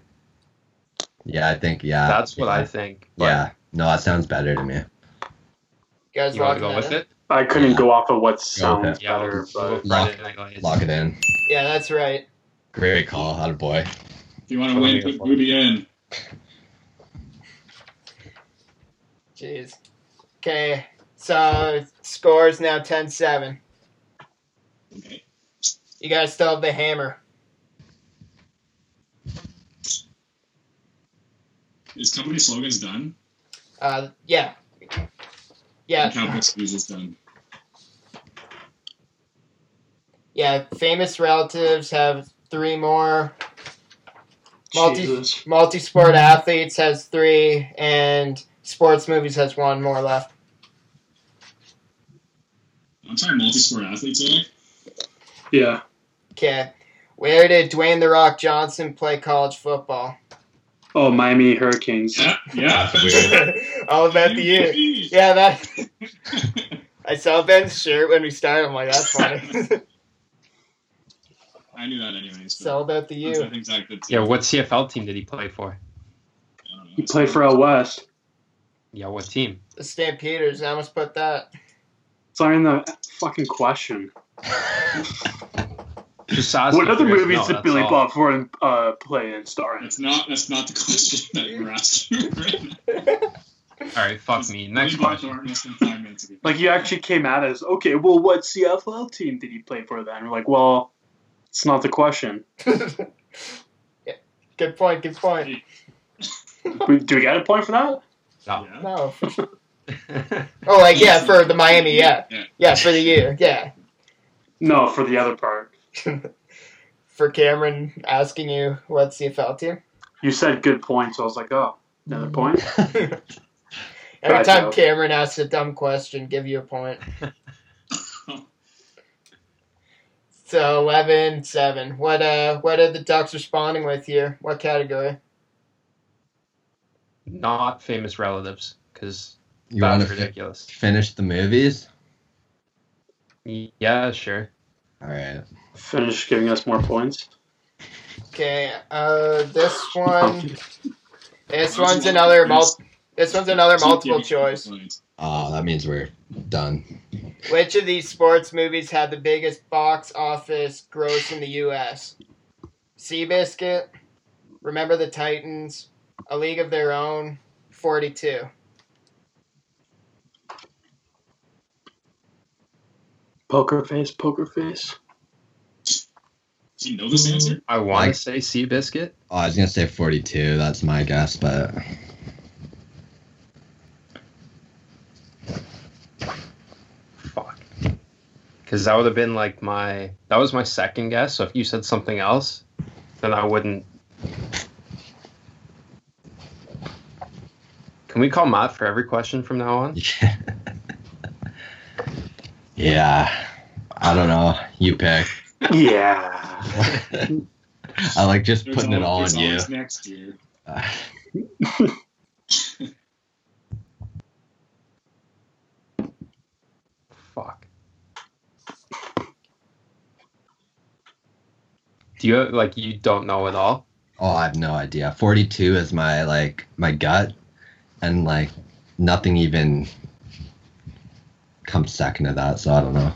Speaker 5: Yeah, I think yeah.
Speaker 3: That's what
Speaker 5: Uh, yeah,
Speaker 3: I think. but
Speaker 5: Yeah, no, that sounds better to me.
Speaker 1: You guys
Speaker 3: You want
Speaker 1: locked
Speaker 3: to go
Speaker 1: that
Speaker 3: with
Speaker 1: in?
Speaker 3: it?
Speaker 2: I couldn't go off of what sounds
Speaker 3: Yeah, we'll-
Speaker 2: better, but
Speaker 3: we'll go Friday Night Lights.
Speaker 5: Lock it in.
Speaker 1: Yeah, that's right.
Speaker 5: Great call, out of boy.
Speaker 4: If you want to win, put Booty in.
Speaker 1: Jeez. Okay, so score's now 10 7.
Speaker 4: Okay.
Speaker 1: You guys still have the hammer.
Speaker 4: Is company slogans done?
Speaker 1: Uh, yeah. Yeah.
Speaker 4: Cowboy Blues is done.
Speaker 1: Yeah, famous relatives have three more. Multi
Speaker 2: Jesus.
Speaker 1: multi sport athletes has three, and sports movies has one more left.
Speaker 4: I'm trying multi-sport athletes today.
Speaker 2: Yeah.
Speaker 1: Okay, where did Dwayne the Rock Johnson play college football?
Speaker 2: Oh, Miami Hurricanes.
Speaker 4: Yeah, yeah.
Speaker 5: That's weird.
Speaker 1: All about Oh, the year. Yeah, that. I saw Ben's shirt when we started. I'm like, that's funny.
Speaker 4: I knew that anyways.
Speaker 1: it's all about the
Speaker 4: that's, I
Speaker 1: U.
Speaker 4: think Zach did too.
Speaker 3: Yeah, what CFL team did he play
Speaker 4: I
Speaker 3: for?
Speaker 4: don't know.
Speaker 2: He played for El West.
Speaker 3: Yeah, what team?
Speaker 1: The Stampeders. I almost put that.
Speaker 2: It's not in the fucking question.
Speaker 3: Just ask
Speaker 2: What
Speaker 3: if
Speaker 2: other
Speaker 3: you guys
Speaker 2: movies
Speaker 3: know,
Speaker 2: did
Speaker 3: that's
Speaker 2: Billy
Speaker 3: all.
Speaker 2: Bob Thornton uh, play and star in?
Speaker 4: That's not that's not the question that you're asking. Right now.
Speaker 3: All right, fuck me. Next
Speaker 4: Leave our
Speaker 3: question.
Speaker 4: door less than five minutes ago.
Speaker 2: Like you actually came at us. Okay, well, what CFL team did he play for then? We're like, well, it's not the question.
Speaker 1: Yeah, Good point. Good point.
Speaker 2: We, do we get a point for that?
Speaker 4: Yeah.
Speaker 1: No. Oh, like yeah, for the Miami. Yeah,
Speaker 4: Yeah.
Speaker 1: yeah, for the U. Yeah,
Speaker 2: No, for the other part.
Speaker 1: for Cameron asking you what CFL team.
Speaker 2: You said good point, so I was like, oh, another point.
Speaker 1: Every
Speaker 2: Right,
Speaker 1: time
Speaker 2: though.
Speaker 1: Cameron asks a dumb question, give you a point. So 11 7. What uh what are the ducks responding with here? What category?
Speaker 3: Not famous relatives, because
Speaker 5: You want
Speaker 3: that's
Speaker 5: to fi-
Speaker 3: ridiculous.
Speaker 5: finish the movies?
Speaker 3: Yeah, sure.
Speaker 5: All right.
Speaker 2: Finish giving us more points.
Speaker 1: Okay, uh this one this one's another mul- this one's another multiple choice.
Speaker 5: Oh, that means we're done.
Speaker 1: Which of these sports movies had the biggest box office gross in the US? Seabiscuit, Remember the Titans, A League of Their Own, 42.
Speaker 2: Poker face, poker face.
Speaker 4: Do you know this answer?
Speaker 3: I want
Speaker 5: Like-
Speaker 3: to say Sea Biscuit.
Speaker 5: Oh, I was gonna say 42. That's my guess, but
Speaker 3: Fuck. Because that would have been like my that was my second guess. So if you said something else, then I wouldn't. Can we call Matt for every question from now on?
Speaker 5: yeah. yeah. I don't know. You pick.
Speaker 2: Yeah.
Speaker 5: I like just
Speaker 4: There's
Speaker 5: putting it all
Speaker 4: always-
Speaker 5: on you.
Speaker 4: there's always Next year.
Speaker 5: Uh,
Speaker 3: Fuck. Do you have, like you don't know at all?
Speaker 5: oh, I have no idea. 42 is my like my gut, and like nothing even comes second to that. So I don't know.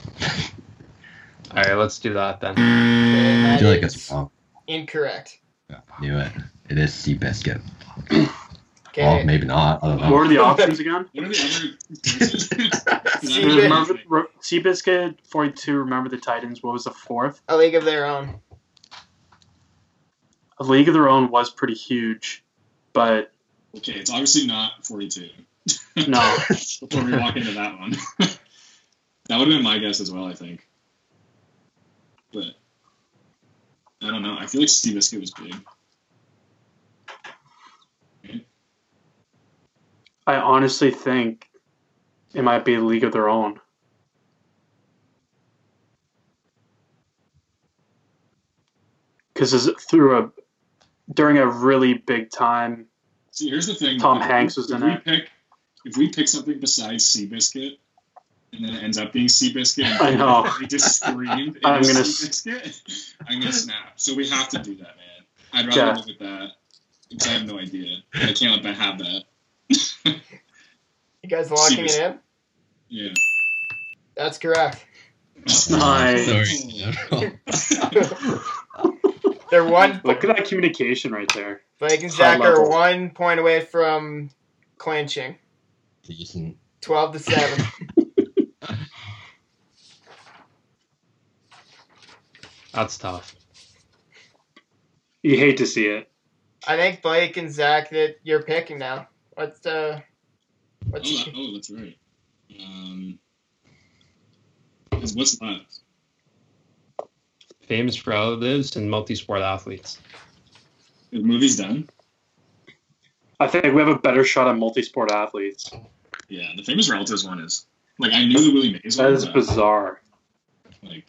Speaker 3: All right, let's do that then.
Speaker 1: Okay,
Speaker 5: I
Speaker 1: that
Speaker 5: feel like
Speaker 1: is
Speaker 5: it's wrong.
Speaker 1: incorrect.
Speaker 5: Knew it. It is Seabiscuit.
Speaker 1: Okay.
Speaker 5: Well, maybe not. I don't
Speaker 2: What were
Speaker 5: know.
Speaker 2: the options again?
Speaker 4: What are the other? 'Cause I
Speaker 1: Seabiscuit.
Speaker 4: don't know.
Speaker 2: Remember, Re- Seabiscuit, 42, Remember the Titans. What was the fourth?
Speaker 1: A League of Their Own.
Speaker 2: A League of Their Own was pretty huge, but
Speaker 4: Okay, it's obviously not 42.
Speaker 2: no.
Speaker 4: Before we walk into that one, that would have been my guess as well. I think, but I don't know. I feel like Steve Biscuit was big.
Speaker 2: I honestly think it might be a League of Their Own. Because through a during a really big time,
Speaker 4: See, here's the thing.
Speaker 2: Tom
Speaker 4: If
Speaker 2: Hanks
Speaker 4: we-
Speaker 2: was
Speaker 4: if
Speaker 2: in
Speaker 4: we
Speaker 2: it.
Speaker 4: Pick, if we pick something besides Seabiscuit, and then it ends up being Seabiscuit,
Speaker 2: I know.
Speaker 4: We just screamed. it
Speaker 2: I'm
Speaker 4: is
Speaker 2: gonna s-
Speaker 4: Seabiscuit. I'm gonna snap. So we have to do that, man. I'd rather
Speaker 2: Okay.
Speaker 4: live with that because I have no idea. I can't let that have that.
Speaker 1: You guys locking it in?
Speaker 4: Yeah.
Speaker 1: That's correct.
Speaker 2: Nice.
Speaker 5: Sorry.
Speaker 1: They're one.
Speaker 2: look at that communication right there.
Speaker 1: Blake and
Speaker 2: High
Speaker 1: Zach are
Speaker 2: level.
Speaker 1: one point away from clinching.
Speaker 5: Decent.
Speaker 1: Twelve to seven.
Speaker 3: That's tough.
Speaker 2: You hate to see it.
Speaker 1: I think Blake and Zach that you're picking now. What's uh,
Speaker 4: Oh,
Speaker 1: what's
Speaker 2: Mm-hmm.
Speaker 4: that- oh, that's right. Um, 'cause what's left?
Speaker 3: Famous relatives and multi-sport athletes.
Speaker 4: The movie's done.
Speaker 2: I think we have a better shot at multi-sport athletes.
Speaker 4: Yeah, the famous relatives one is. Like I knew the Willie Mays
Speaker 2: That
Speaker 4: one.
Speaker 2: is
Speaker 4: but,
Speaker 2: bizarre.
Speaker 4: Like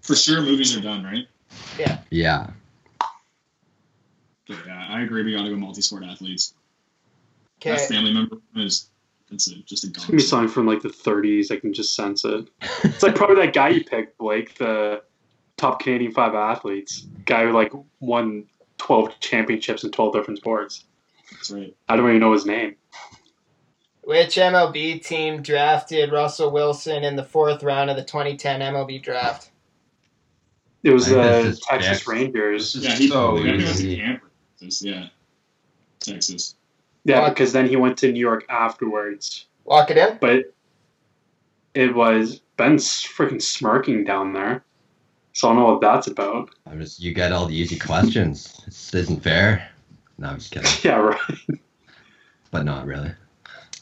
Speaker 4: for sure, movies are done, right?
Speaker 5: yeah.
Speaker 4: But yeah, I agree. We got to go multi-sport athletes. That
Speaker 1: okay?
Speaker 4: family member one is that's a, just a
Speaker 2: It's gonna be
Speaker 4: gone.
Speaker 2: something from like the 30s. I can just sense it. It's like probably that guy you picked, Blake, the top Canadian five athletes guy who like won 12 championships in 12 different sports.
Speaker 4: That's right.
Speaker 2: I don't even know his name.
Speaker 1: Which MLB team drafted Russell Wilson in the fourth round of the 2010 MLB draft?
Speaker 2: It was
Speaker 5: I think
Speaker 2: the
Speaker 5: this is
Speaker 2: Texas
Speaker 5: Jack-
Speaker 2: Rangers.
Speaker 4: Yeah, he,
Speaker 3: so
Speaker 4: that guy was
Speaker 3: easy.
Speaker 4: in Tampa. Texas, Yeah, Texas.
Speaker 2: Yeah, because then he went to New York afterwards.
Speaker 1: Lock it in.
Speaker 2: But it was Ben's freaking smirking down there. So I don't know what that's about.
Speaker 5: I'm just. You get all the easy questions. This isn't fair. No, I'm just kidding.
Speaker 2: Yeah, right.
Speaker 5: But not really.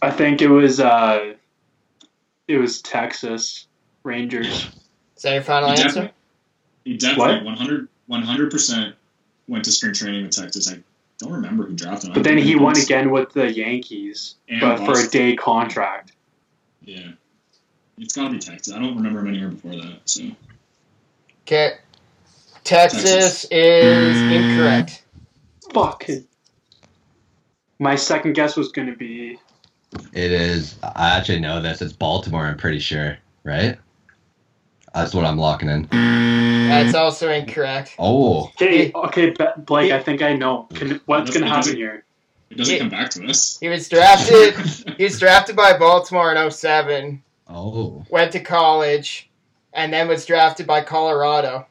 Speaker 2: I think it was uh it was Texas Rangers.
Speaker 1: Is that your final
Speaker 4: He
Speaker 1: answer?
Speaker 4: definitely, he definitely
Speaker 2: What?
Speaker 4: 100 percent went to spring training with Texas. I don't remember who drafted him.
Speaker 2: But then he won again with the Yankees,
Speaker 4: And
Speaker 2: but for a
Speaker 4: Boston.
Speaker 2: day contract.
Speaker 4: Yeah, it's got to be Texas. I don't remember him anywhere before that. So
Speaker 1: Okay. Texas is incorrect.
Speaker 2: Fuck. My second guess was going to be
Speaker 5: It is. I actually know this. It's Baltimore. I'm pretty sure. Right. That's what I'm locking in.
Speaker 1: That's also incorrect.
Speaker 5: Oh.
Speaker 2: okay. Okay, Be- Blake, I think I know. Can, what's going to
Speaker 4: Nope, it
Speaker 2: happen
Speaker 4: doesn't-
Speaker 2: here?
Speaker 4: it doesn't
Speaker 1: Yeah.
Speaker 4: come back to us.
Speaker 1: He was drafted. He was drafted by Baltimore in 07,
Speaker 5: Oh.
Speaker 1: went to college, and then was drafted by Colorado.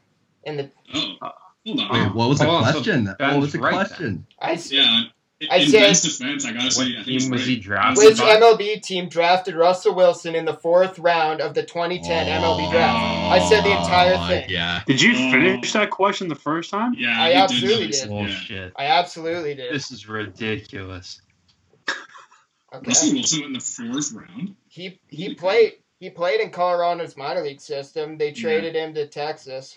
Speaker 1: In the
Speaker 4: oh, hold on.
Speaker 5: Wait,
Speaker 2: Uh-huh.
Speaker 5: what was the
Speaker 3: Oh, so
Speaker 5: question? What
Speaker 3: Ben's
Speaker 5: was the
Speaker 3: right then.
Speaker 5: question?
Speaker 1: I s-
Speaker 4: Yeah, in
Speaker 1: I
Speaker 4: in
Speaker 1: said-
Speaker 4: Ben's defense, I gotta
Speaker 3: What
Speaker 4: say, I think
Speaker 3: team was he drafted?
Speaker 1: which
Speaker 4: Which
Speaker 1: MLB team drafted Russell Wilson in the fourth round of the 2010 MLB draft? I said the entire
Speaker 5: Oh,
Speaker 1: thing.
Speaker 5: Yeah.
Speaker 2: Did you
Speaker 4: Oh.
Speaker 2: finish that question the first time?
Speaker 4: Yeah,
Speaker 1: I
Speaker 4: he
Speaker 1: absolutely
Speaker 4: did.
Speaker 1: did.
Speaker 4: that. Yeah.
Speaker 3: Bullshit.
Speaker 1: I absolutely did.
Speaker 3: This is ridiculous.
Speaker 1: Okay.
Speaker 4: Russell Wilson went in the fourth round.
Speaker 1: He he played he played in Colorado's minor league system. They
Speaker 4: Yeah.
Speaker 1: traded him to Texas.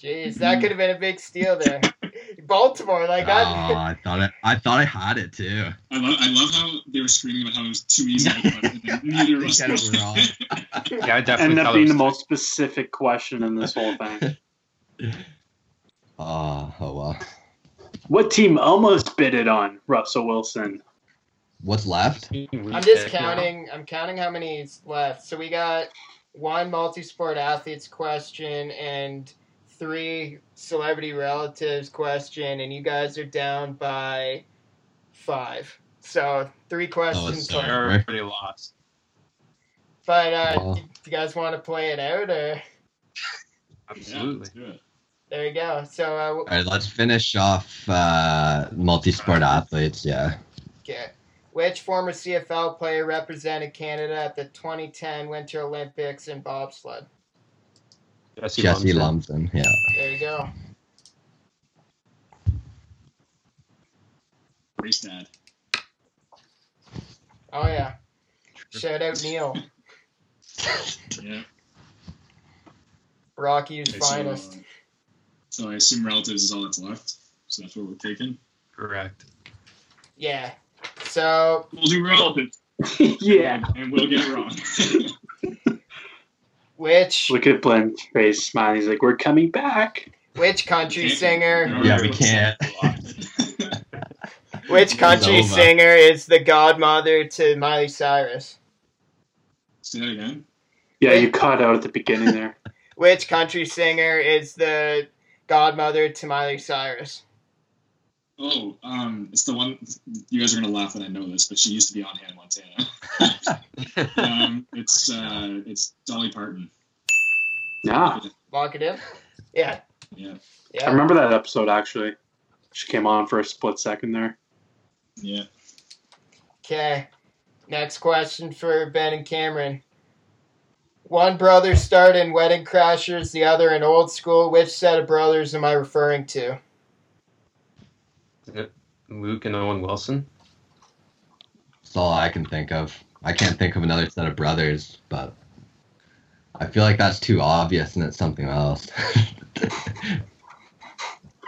Speaker 1: Jeez, that could have been a big steal there. Baltimore, like
Speaker 5: oh,
Speaker 1: that.
Speaker 5: I thought I, I thought I had it too.
Speaker 4: I love, I love how they were screaming about how it was too easy. of a question, and Neither of
Speaker 5: I
Speaker 4: us.
Speaker 5: think I was wrong.
Speaker 3: Yeah, I definitely
Speaker 2: Ended
Speaker 3: thought
Speaker 2: up
Speaker 3: it
Speaker 2: being
Speaker 3: was
Speaker 2: the most specific question in this whole thing.
Speaker 5: Oh, oh well.
Speaker 2: what team almost bid it on Russell Wilson?
Speaker 5: What's left?
Speaker 1: I'm just counting. I'm counting how many's left. So we got one multi-sport athletes question and three celebrity relatives question, and you guys are down by five. So three questions
Speaker 5: sorry.
Speaker 1: left.
Speaker 3: Everybody lost.
Speaker 1: But uh,
Speaker 5: Oh.
Speaker 1: do you guys want to play it out? Or
Speaker 4: Yeah,
Speaker 3: Absolutely.
Speaker 4: let's do it.
Speaker 1: there you go. So uh, w-
Speaker 5: All right, let's finish off uh, multi-sport athletes. Yeah.
Speaker 1: get which former CFL player represented Canada at the 2010 Winter Olympics in bobsled?
Speaker 3: Jesse,
Speaker 5: Jesse
Speaker 3: Lumsden.
Speaker 5: Lumsden. Yeah.
Speaker 1: There you go.
Speaker 4: Race dad.
Speaker 1: Oh yeah. Shout out Neil,
Speaker 4: Yeah.
Speaker 1: Rocky's
Speaker 4: Okay, so, uh,
Speaker 1: finest.
Speaker 4: so I assume relatives is all that's left. So that's what we're taking.
Speaker 3: Correct.
Speaker 1: Yeah. So
Speaker 4: We'll do relatives,
Speaker 2: yeah.
Speaker 4: and we'll get it wrong.
Speaker 1: which
Speaker 2: Look at blame face smile. He's like, we're coming back.
Speaker 1: which country singer?
Speaker 5: Yeah, we can't.
Speaker 1: Which country
Speaker 5: It's over.
Speaker 1: singer is the godmother to Miley Cyrus?
Speaker 4: Say that again.
Speaker 2: Yeah, you caught out at the beginning there.
Speaker 1: Which country singer is the godmother to Miley Cyrus?
Speaker 4: Oh, um, it's the one you guys are gonna laugh when I know this, but she used to be on Hannah Montana. um, it's uh, it's Dolly Parton.
Speaker 2: Yeah.
Speaker 1: Lock it in. Yeah.
Speaker 4: Yeah,
Speaker 2: I
Speaker 1: Yeah.
Speaker 2: remember that episode actually. She came on for a split second there.
Speaker 4: yeah.
Speaker 1: Okay. Next question for Ben and Cameron. One brother starred in Wedding Crashers, the other in Old School. Which set of brothers am I referring to?
Speaker 3: Luke and Owen Wilson.
Speaker 5: That's all I can think of. I can't think of another set of brothers, but I feel like that's too obvious and it's something else.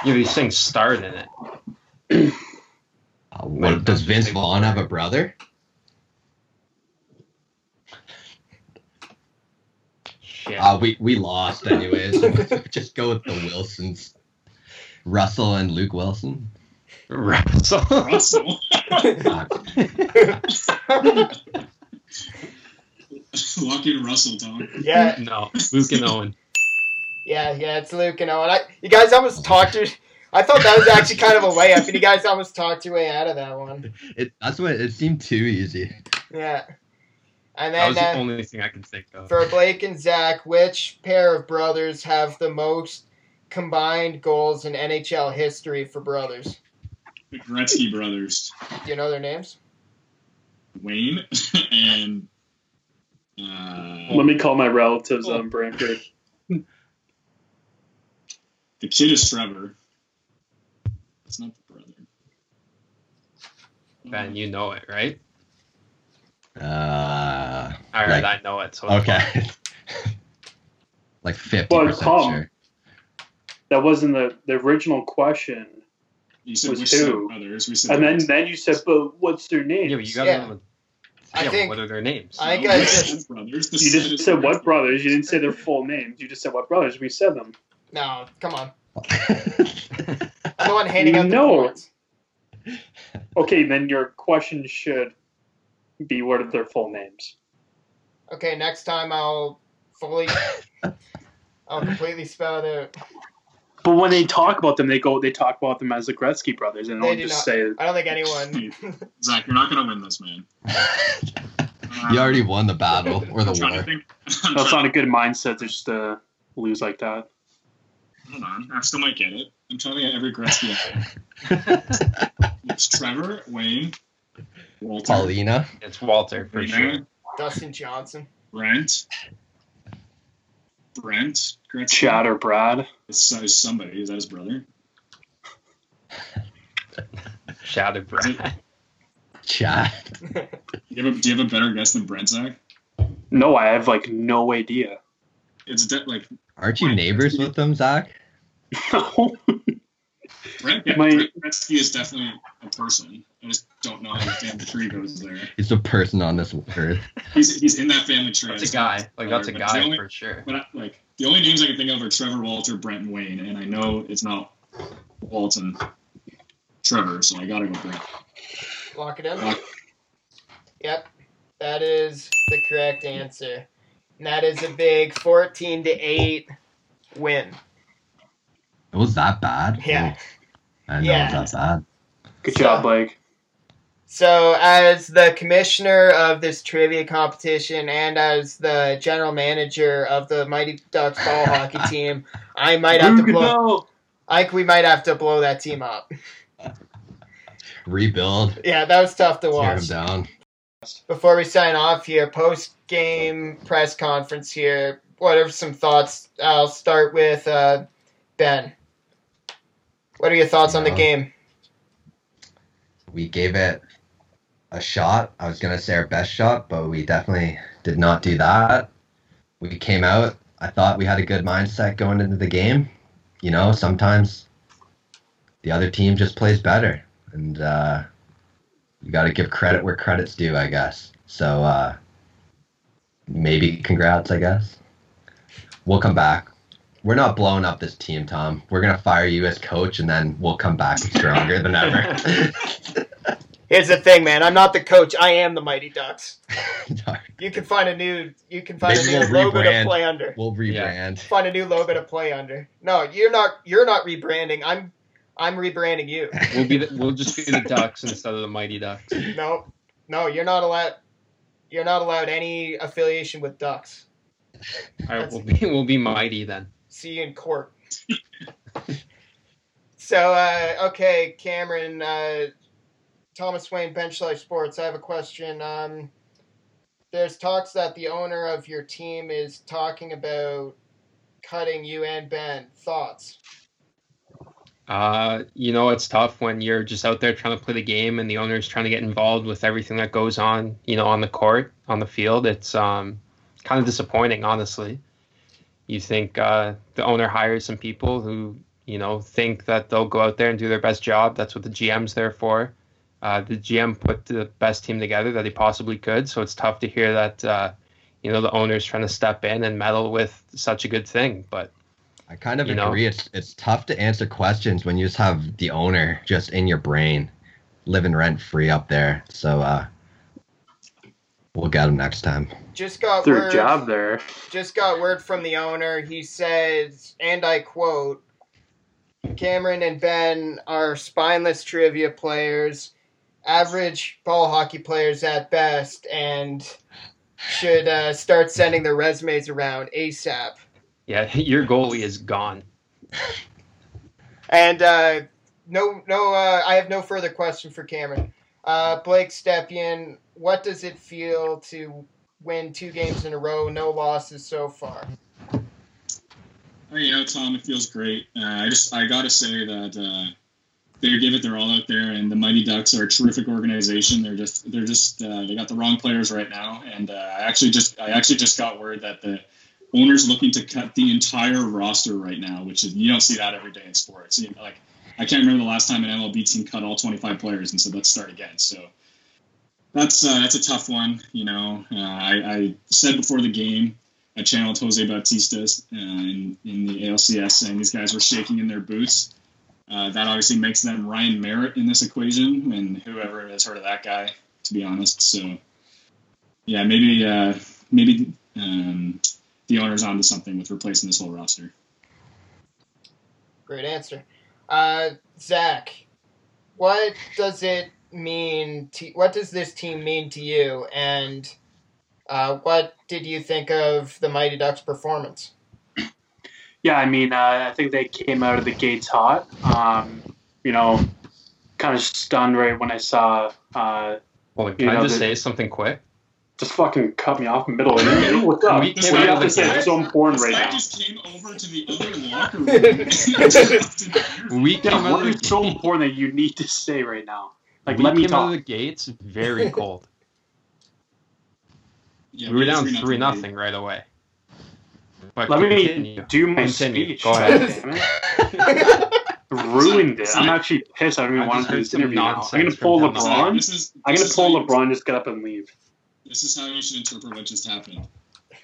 Speaker 3: Yeah, these things start in it.
Speaker 5: Uh, what, does Vince Vaughn have a brother?
Speaker 3: Shit.
Speaker 5: Uh, we we lost anyways. Just go with the Wilsons, Russell and Luke Wilson.
Speaker 3: Russell.
Speaker 4: Russell.
Speaker 5: Uh,
Speaker 4: Lucky Russell, Tom.
Speaker 1: Yeah,
Speaker 3: no, Luke and Owen.
Speaker 1: yeah, yeah. It's Luke and Owen. I, you guys almost talked your. I thought that was actually kind of a layup, and you guys almost talked your way out of that one.
Speaker 5: it, that's what it seemed too easy.
Speaker 1: Yeah. And
Speaker 3: That
Speaker 1: then
Speaker 3: was the
Speaker 1: uh,
Speaker 3: only thing I could think of.
Speaker 1: For Blake and Zach, which pair of brothers have the most combined goals in NHL history for brothers?
Speaker 4: The Gretzky brothers,
Speaker 1: Do you know their names?
Speaker 4: Wayne and uh,
Speaker 2: Let me call my relatives on Branford.
Speaker 4: the kid is Trevor. It's not the brother. Um,
Speaker 3: Ben, you know it, right?
Speaker 5: Uh,
Speaker 3: All right,
Speaker 5: Like-
Speaker 3: I know it. So it's fine.
Speaker 5: okay. like fifty
Speaker 2: Well,
Speaker 5: percent
Speaker 2: Tom,
Speaker 5: sure.
Speaker 2: That wasn't the, the original question.
Speaker 4: You said
Speaker 2: Was
Speaker 4: which set
Speaker 2: who?
Speaker 4: of brothers? We said
Speaker 2: And
Speaker 4: the
Speaker 2: then
Speaker 4: Gretzky
Speaker 2: then you said, but what's their name?
Speaker 3: Yeah, but you got
Speaker 1: Yeah.
Speaker 3: to know.
Speaker 1: I
Speaker 3: Yeah,
Speaker 1: think-
Speaker 3: what are their names?
Speaker 1: I think
Speaker 4: No,
Speaker 1: I
Speaker 4: the
Speaker 1: said-
Speaker 4: set of brothers. The
Speaker 2: You
Speaker 4: set
Speaker 2: just
Speaker 4: is
Speaker 2: said
Speaker 4: the
Speaker 2: what
Speaker 4: Gretzky
Speaker 2: brothers. You didn't say their full names. You just said what brothers. We said them.
Speaker 1: No, come on. I'm the one handing
Speaker 2: You
Speaker 1: out the
Speaker 2: know.
Speaker 1: points.
Speaker 2: Okay, then your question should be what are their full names?
Speaker 1: Okay, next time I'll fully, I'll completely spell it out.
Speaker 2: But when they talk about them, they go they talk about them as the Gretzky brothers, and
Speaker 1: They
Speaker 2: they
Speaker 1: do
Speaker 2: just
Speaker 1: not.
Speaker 2: say
Speaker 1: I don't think anyone.
Speaker 4: Zach, you're not gonna win this, man. Um,
Speaker 5: you already won the battle or
Speaker 4: I'm
Speaker 5: the
Speaker 4: trying to
Speaker 5: war.
Speaker 4: think- I'm
Speaker 2: that's
Speaker 4: trying-
Speaker 2: not a good mindset to just uh, lose like that.
Speaker 4: Hold on, I still might get it. I'm trying to get every Gretzky. out there. it's Trevor, Wayne, Walter,
Speaker 5: Paulina.
Speaker 3: It's Walter for
Speaker 4: Rena,
Speaker 3: sure.
Speaker 1: Dustin Johnson.
Speaker 4: Brent, Brent Gretzky.
Speaker 2: Chad or Brad.
Speaker 4: It's, uh, it's somebody. Is that his brother?
Speaker 3: Shouted Brad.
Speaker 5: Chad.
Speaker 4: Do you have a, do you have a better guess than Brent Zach?
Speaker 2: No, I have like no idea.
Speaker 4: It's de- like
Speaker 5: Aren't you neighbors with them, Zach?
Speaker 4: Brent,
Speaker 2: My-
Speaker 4: Brent Gretzky is definitely a person. I just don't know how the family tree goes there.
Speaker 5: He's a person on this earth.
Speaker 4: He's, he's in that family tree. I
Speaker 3: That's a
Speaker 4: just-
Speaker 3: guy. Like that's a
Speaker 4: But it's the
Speaker 3: guy
Speaker 4: only-
Speaker 3: for sure.
Speaker 4: But I, like the only names I can think of are Trevor Walter, Brent and Wayne, and I know it's not Walton, Trevor, so I gotta go Brent.
Speaker 1: Lock it in.
Speaker 4: Lock.
Speaker 1: Yep, that is the correct answer. And that is a big 14 to 8 win.
Speaker 5: It was that bad.
Speaker 1: Yeah.
Speaker 5: I know
Speaker 1: Yeah.
Speaker 5: it was that bad.
Speaker 2: Good job, Blake.
Speaker 1: So, as the commissioner of this trivia competition and as the general manager of the Mighty Ducks ball hockey team, I might have to blow. Ike, we might have to blow that team up.
Speaker 5: Rebuild.
Speaker 1: Yeah, that was tough to
Speaker 5: Tear him
Speaker 1: watch.
Speaker 5: down.
Speaker 1: Before we sign off here, post game press conference here. What are some thoughts? I'll start with uh, Ben. What are your thoughts on the
Speaker 5: Yeah.
Speaker 1: game?
Speaker 5: We gave it a shot. I was gonna say our best shot, but we definitely did not do that. We came out. I thought we had a good mindset going into the game. You know, sometimes the other team just plays better, and uh, you got to give credit where credit's due, I guess. So uh, maybe congrats, I guess. We'll come back. We're not blowing up this team, Tom. We're gonna fire you as coach, and then we'll come back stronger than ever.
Speaker 1: Here's the thing, man. I'm not the coach. I am the Mighty Ducks.
Speaker 5: Darn.
Speaker 1: You can find a new. You can find
Speaker 5: Maybe
Speaker 1: a new
Speaker 5: we'll
Speaker 1: logo to
Speaker 5: rebrand.
Speaker 1: play under.
Speaker 5: We'll rebrand.
Speaker 1: Find a new logo to play under. No, you're not. You're not rebranding. I'm. I'm rebranding you.
Speaker 3: We'll be the, we'll just be the Ducks instead of the Mighty Ducks.
Speaker 1: No, no, you're not allowed. You're not allowed any affiliation with Ducks.
Speaker 3: All right, we'll be we'll be Mighty then.
Speaker 1: See you in court. so, uh, okay, Cameron, uh, Thomas Wayne, Bench Life Sports. I have a question. Um, there's talks that the owner of your team is talking about cutting you and Ben. Thoughts?
Speaker 3: Uh, you know, it's tough when you're just out there trying to play the game and the owner's trying to get involved with everything that goes on, you know, on the court, on the field. It's um, kind of disappointing, honestly. You think uh, the owner hires some people who, you know, think that they'll go out there and do their best job. That's what the GM's there for. Uh, the GM put the best team together that he possibly could. So it's tough to hear that, uh, you know, the owner's trying to step in and meddle with such a good thing. But
Speaker 5: I kind of
Speaker 3: You know?
Speaker 5: agree. It's it's tough to answer questions when you just have the owner just in your brain, living rent free up there. So uh, we'll get him next time.
Speaker 1: Just got
Speaker 2: Their
Speaker 1: word.
Speaker 2: job there.
Speaker 1: just got word from the owner. He says, and I quote, Cameron and Ben are spineless trivia players, average ball hockey players at best, and should uh, start sending their resumes around ASAP.
Speaker 3: yeah, your goalie is gone.
Speaker 1: And uh, no, no, uh, I have no further question for Cameron. Uh, Blake Stepien, what does it feel to win two games in a row, no losses so far?
Speaker 4: Oh, you know, Tom, it feels great. Uh, I just I gotta say that uh, they give it their all out there, and the Mighty Ducks are a terrific organization. They're just they're just uh, they got the wrong players right now, and uh, I actually just I actually just got word that the owner's looking to cut the entire roster right now, which is you don't see that every day in sports. You know, like I can't remember the last time an MLB team cut all 25 players and said let's start again. So. That's uh, that's a tough one, you know. Uh, I, I said before the game I channeled Jose Bautista's uh, in, in the ALCS, saying these guys were shaking in their boots. Uh, that obviously makes them Ryan Merritt in this equation, and whoever has heard of that guy, to be honest. So, yeah, maybe uh, maybe um, the owner's onto something with replacing this whole roster.
Speaker 1: Great answer. Uh, Zach, what does it mean to what does this team mean to you, and uh, what did you think of the Mighty Ducks' performance?
Speaker 2: Yeah, I mean, uh, I think they came out of the gates hot. Um, you know, kind of stunned right when I saw. Uh,
Speaker 3: Well, can
Speaker 2: You
Speaker 3: I
Speaker 2: know,
Speaker 3: just
Speaker 2: the-
Speaker 3: say something quick?
Speaker 2: just fucking cut me off in the middle. of it. What's up?
Speaker 3: We
Speaker 2: What do
Speaker 3: came
Speaker 2: you
Speaker 3: out
Speaker 2: have
Speaker 3: of the
Speaker 2: to say? It's so important
Speaker 4: This
Speaker 2: right
Speaker 4: guy
Speaker 2: now.
Speaker 4: just came over to the other locker room. and
Speaker 3: We came
Speaker 2: Yeah,
Speaker 3: out
Speaker 2: what
Speaker 3: of the,
Speaker 2: is so important that you need to say right now? Like,
Speaker 3: we
Speaker 2: let me
Speaker 3: came out of
Speaker 2: talk.
Speaker 3: the gates very cold.
Speaker 4: yeah,
Speaker 3: we were down
Speaker 4: nothing.
Speaker 3: three nothing right away. But
Speaker 2: Let me
Speaker 3: continue.
Speaker 2: do my
Speaker 3: Continue.
Speaker 2: speech.
Speaker 3: Go ahead.
Speaker 2: Damn it. Ruined it. I'm actually pissed. I don't even
Speaker 3: I
Speaker 2: want to
Speaker 3: just
Speaker 2: do
Speaker 3: heard
Speaker 2: this
Speaker 3: some
Speaker 2: interview now. I'm
Speaker 3: nonsense
Speaker 2: gonna
Speaker 3: from
Speaker 2: pull
Speaker 3: down the
Speaker 4: It's like,
Speaker 2: LeBron.
Speaker 4: this is-
Speaker 2: I'm
Speaker 4: this
Speaker 2: gonna
Speaker 4: is
Speaker 2: pull
Speaker 4: how you-
Speaker 2: LeBron. Just get up and leave.
Speaker 4: this is how you should interpret what just happened.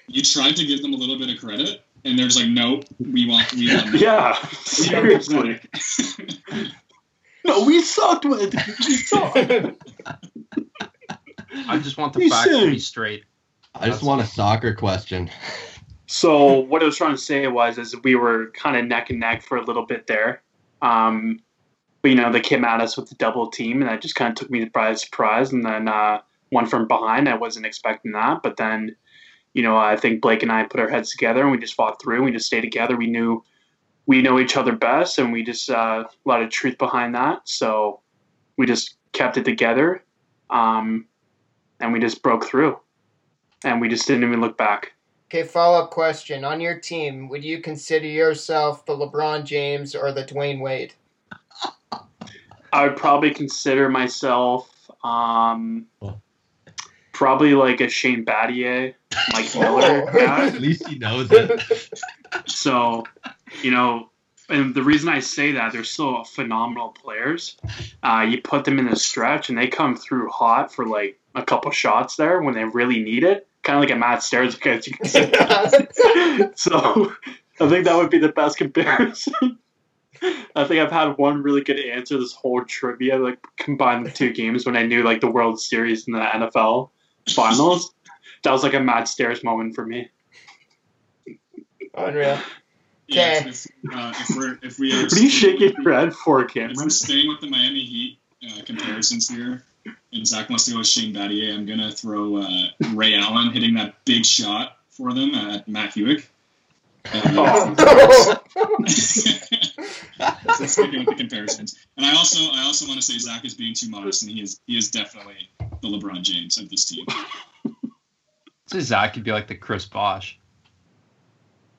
Speaker 4: You tried to give them a little bit of credit, and they're just like, nope, we want, we want. that."
Speaker 2: Yeah, seriously. No, we sucked with it. We sucked.
Speaker 3: I just want the
Speaker 2: You
Speaker 3: facts to
Speaker 2: said-
Speaker 3: be straight.
Speaker 5: I just want a soccer question.
Speaker 2: So what I was trying to say was, is we were kind of neck and neck for a little bit there. Um, But you know, they came at us with the double team, and that just kind of took me by surprise. And then uh, one from behind, I wasn't expecting that. But then, you know, I think Blake and I put our heads together, and we just fought through. And we just stayed together. We knew we know each other best, and we just uh, a lot of truth behind that. So we just kept it together, um, and we just broke through, and we just didn't even look back.
Speaker 1: Okay, follow up question. On your team, would you consider yourself the LeBron James or the Dwayne Wade?
Speaker 2: I would probably consider myself um, probably like a Shane Battier, Mike Miller. guy.
Speaker 1: Ah.
Speaker 5: At least he knows it.
Speaker 2: So, you know, and the reason I say that they're still phenomenal players. Uh, you put them in a stretch and they come through hot for like a couple shots there when they really need it, kind of like a Matt Stairs because you can say so I think that would be the best comparison. I think I've had one really good answer this whole trivia, like combined the two games when I knew like the World Series and the NFL finals. that was like a Matt Stairs moment for me.
Speaker 1: Unreal.
Speaker 4: Yeah,
Speaker 1: Okay.
Speaker 4: if, uh, if we're if we are
Speaker 2: What are you shaking your head for,
Speaker 4: if we're
Speaker 2: Cameron?
Speaker 4: staying with the Miami Heat uh, comparisons here, and Zach wants to go with Shane Battier, I'm gonna throw uh, Ray Allen hitting that big shot for them at Matt Hewitt.
Speaker 1: Oh,
Speaker 4: Uh, so sticking with the comparisons, and I also I also want to say Zach is being too modest, and he is he is definitely the LeBron James of this team.
Speaker 3: So Zach could be like the Chris Bosch.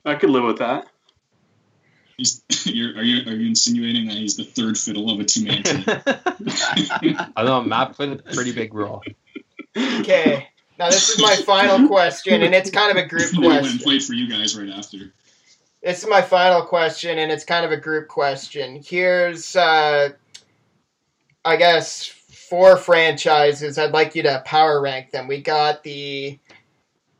Speaker 2: I could live with that.
Speaker 4: He's, you're, are you are you insinuating that he's the third fiddle of a two man team?
Speaker 3: I don't know Matt played a pretty big role.
Speaker 1: Okay. Now this is my final question, and it's kind of a group
Speaker 4: He went and
Speaker 1: question.
Speaker 4: played for you guys right after.
Speaker 1: This is my final question, and it's kind of a group question. Here's, uh, I guess, four franchises. I'd like you to power rank them. We got the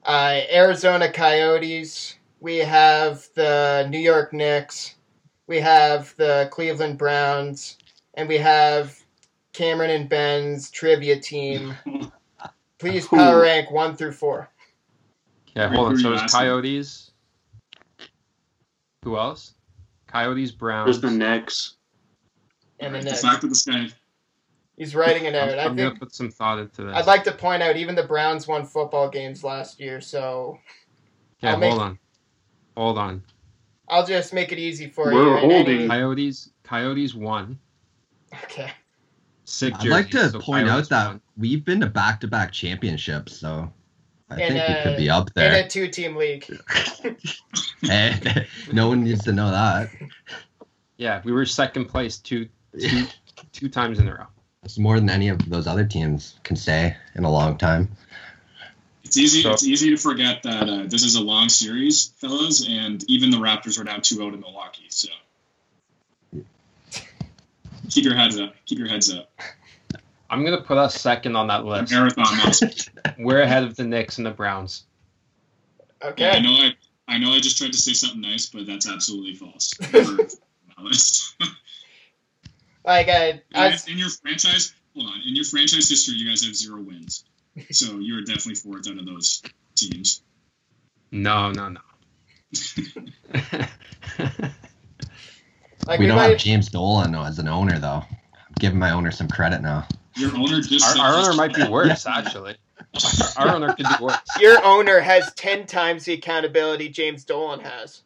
Speaker 1: uh, Arizona Coyotes. We have the New York Knicks. We have the Cleveland Browns, and we have Cameron and Ben's trivia team. Please power rank one through four.
Speaker 3: Yeah,
Speaker 4: Who-
Speaker 3: hold
Speaker 4: who
Speaker 3: on.
Speaker 4: are
Speaker 3: So
Speaker 4: you
Speaker 3: it was
Speaker 4: asking?
Speaker 3: Coyotes. Who else? Coyotes, Browns.
Speaker 2: There's the Knicks.
Speaker 1: And the
Speaker 4: Right,
Speaker 1: Knicks.
Speaker 4: fact that this guy
Speaker 1: He's writing it
Speaker 3: I'm,
Speaker 1: out. I
Speaker 3: I'm gonna
Speaker 1: think
Speaker 3: put some thought into this.
Speaker 1: I'd like to point out even the Browns won football games last year, so I'll
Speaker 3: okay, hold
Speaker 1: make-
Speaker 3: on. Hold on.
Speaker 1: I'll just make it easy for you.
Speaker 2: We're
Speaker 1: in any-
Speaker 2: holding.
Speaker 3: Coyotes. Coyotes won.
Speaker 1: Okay.
Speaker 3: Sick.
Speaker 5: I'd like
Speaker 3: jerseys,
Speaker 5: to
Speaker 3: so
Speaker 5: point
Speaker 3: Coyotes
Speaker 5: out that
Speaker 3: won.
Speaker 5: we've been to back-to-back championships, so I
Speaker 1: And,
Speaker 5: think we
Speaker 1: uh,
Speaker 5: could be up
Speaker 1: In
Speaker 5: there.
Speaker 1: a two team league.
Speaker 5: Eh, no one needs to know that.
Speaker 3: Yeah, we were second place two two two times in a row.
Speaker 5: It's more than any of those other teams can say in a long time.
Speaker 4: It's easy.
Speaker 3: So-
Speaker 4: it's easy to forget that uh, this is a long series, fellas, and even the Raptors are down 2-0 to Milwaukee. So keep your heads up. Keep your heads up.
Speaker 3: I'm gonna put us second on that list.
Speaker 4: Marathon muscle.
Speaker 3: We're ahead of the Knicks and the Browns.
Speaker 1: Okay.
Speaker 4: Yeah, I know. I I know. I just tried to say something nice, but that's absolutely false. You're honest.
Speaker 1: Like uh, I, I
Speaker 4: And in your franchise, hold on. In your franchise history, you guys have zero wins, so you are definitely fourth out of those teams.
Speaker 3: No, no, no.
Speaker 1: like we,
Speaker 5: we don't have
Speaker 1: might
Speaker 5: James Dolan as an owner, though. I'm giving my owner some credit now.
Speaker 4: Your owner just
Speaker 3: our,
Speaker 4: said
Speaker 3: our
Speaker 4: this-
Speaker 3: owner might be worse, actually. Our owner could be worse.
Speaker 1: your owner has ten times the accountability James Dolan has.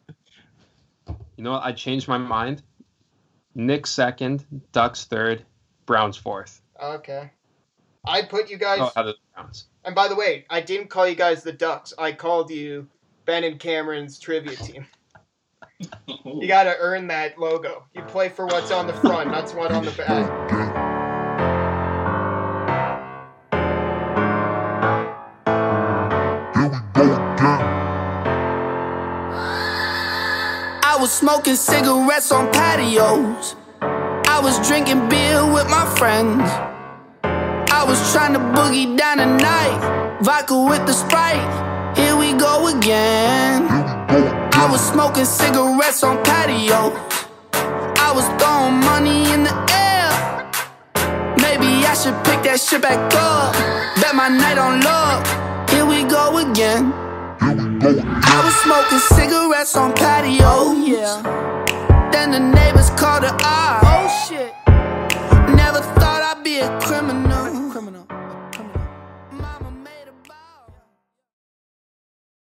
Speaker 3: You know what? I changed my mind. Knicks second, Ducks third, Browns fourth.
Speaker 1: Okay. I put you guys
Speaker 3: Oh, out of the Browns.
Speaker 1: and by the way, I didn't call you guys the ducks. I called you Ben and Cameron's trivia team.
Speaker 4: Oh.
Speaker 1: You gotta earn that logo. You play for what's on the front, not what's on the back.
Speaker 8: I was smoking cigarettes on patios. I was drinking beer with my friends. I was trying to boogie down the night. Vodka with the sprite. Here we go again. I was smoking cigarettes on patios. I was throwing money in the air. Maybe I should pick that shit back up. Bet my night on luck. Here we go again. I was smoking cigarettes on patios. yeah. Then the neighbors called the eye. Oh shit. be a criminal.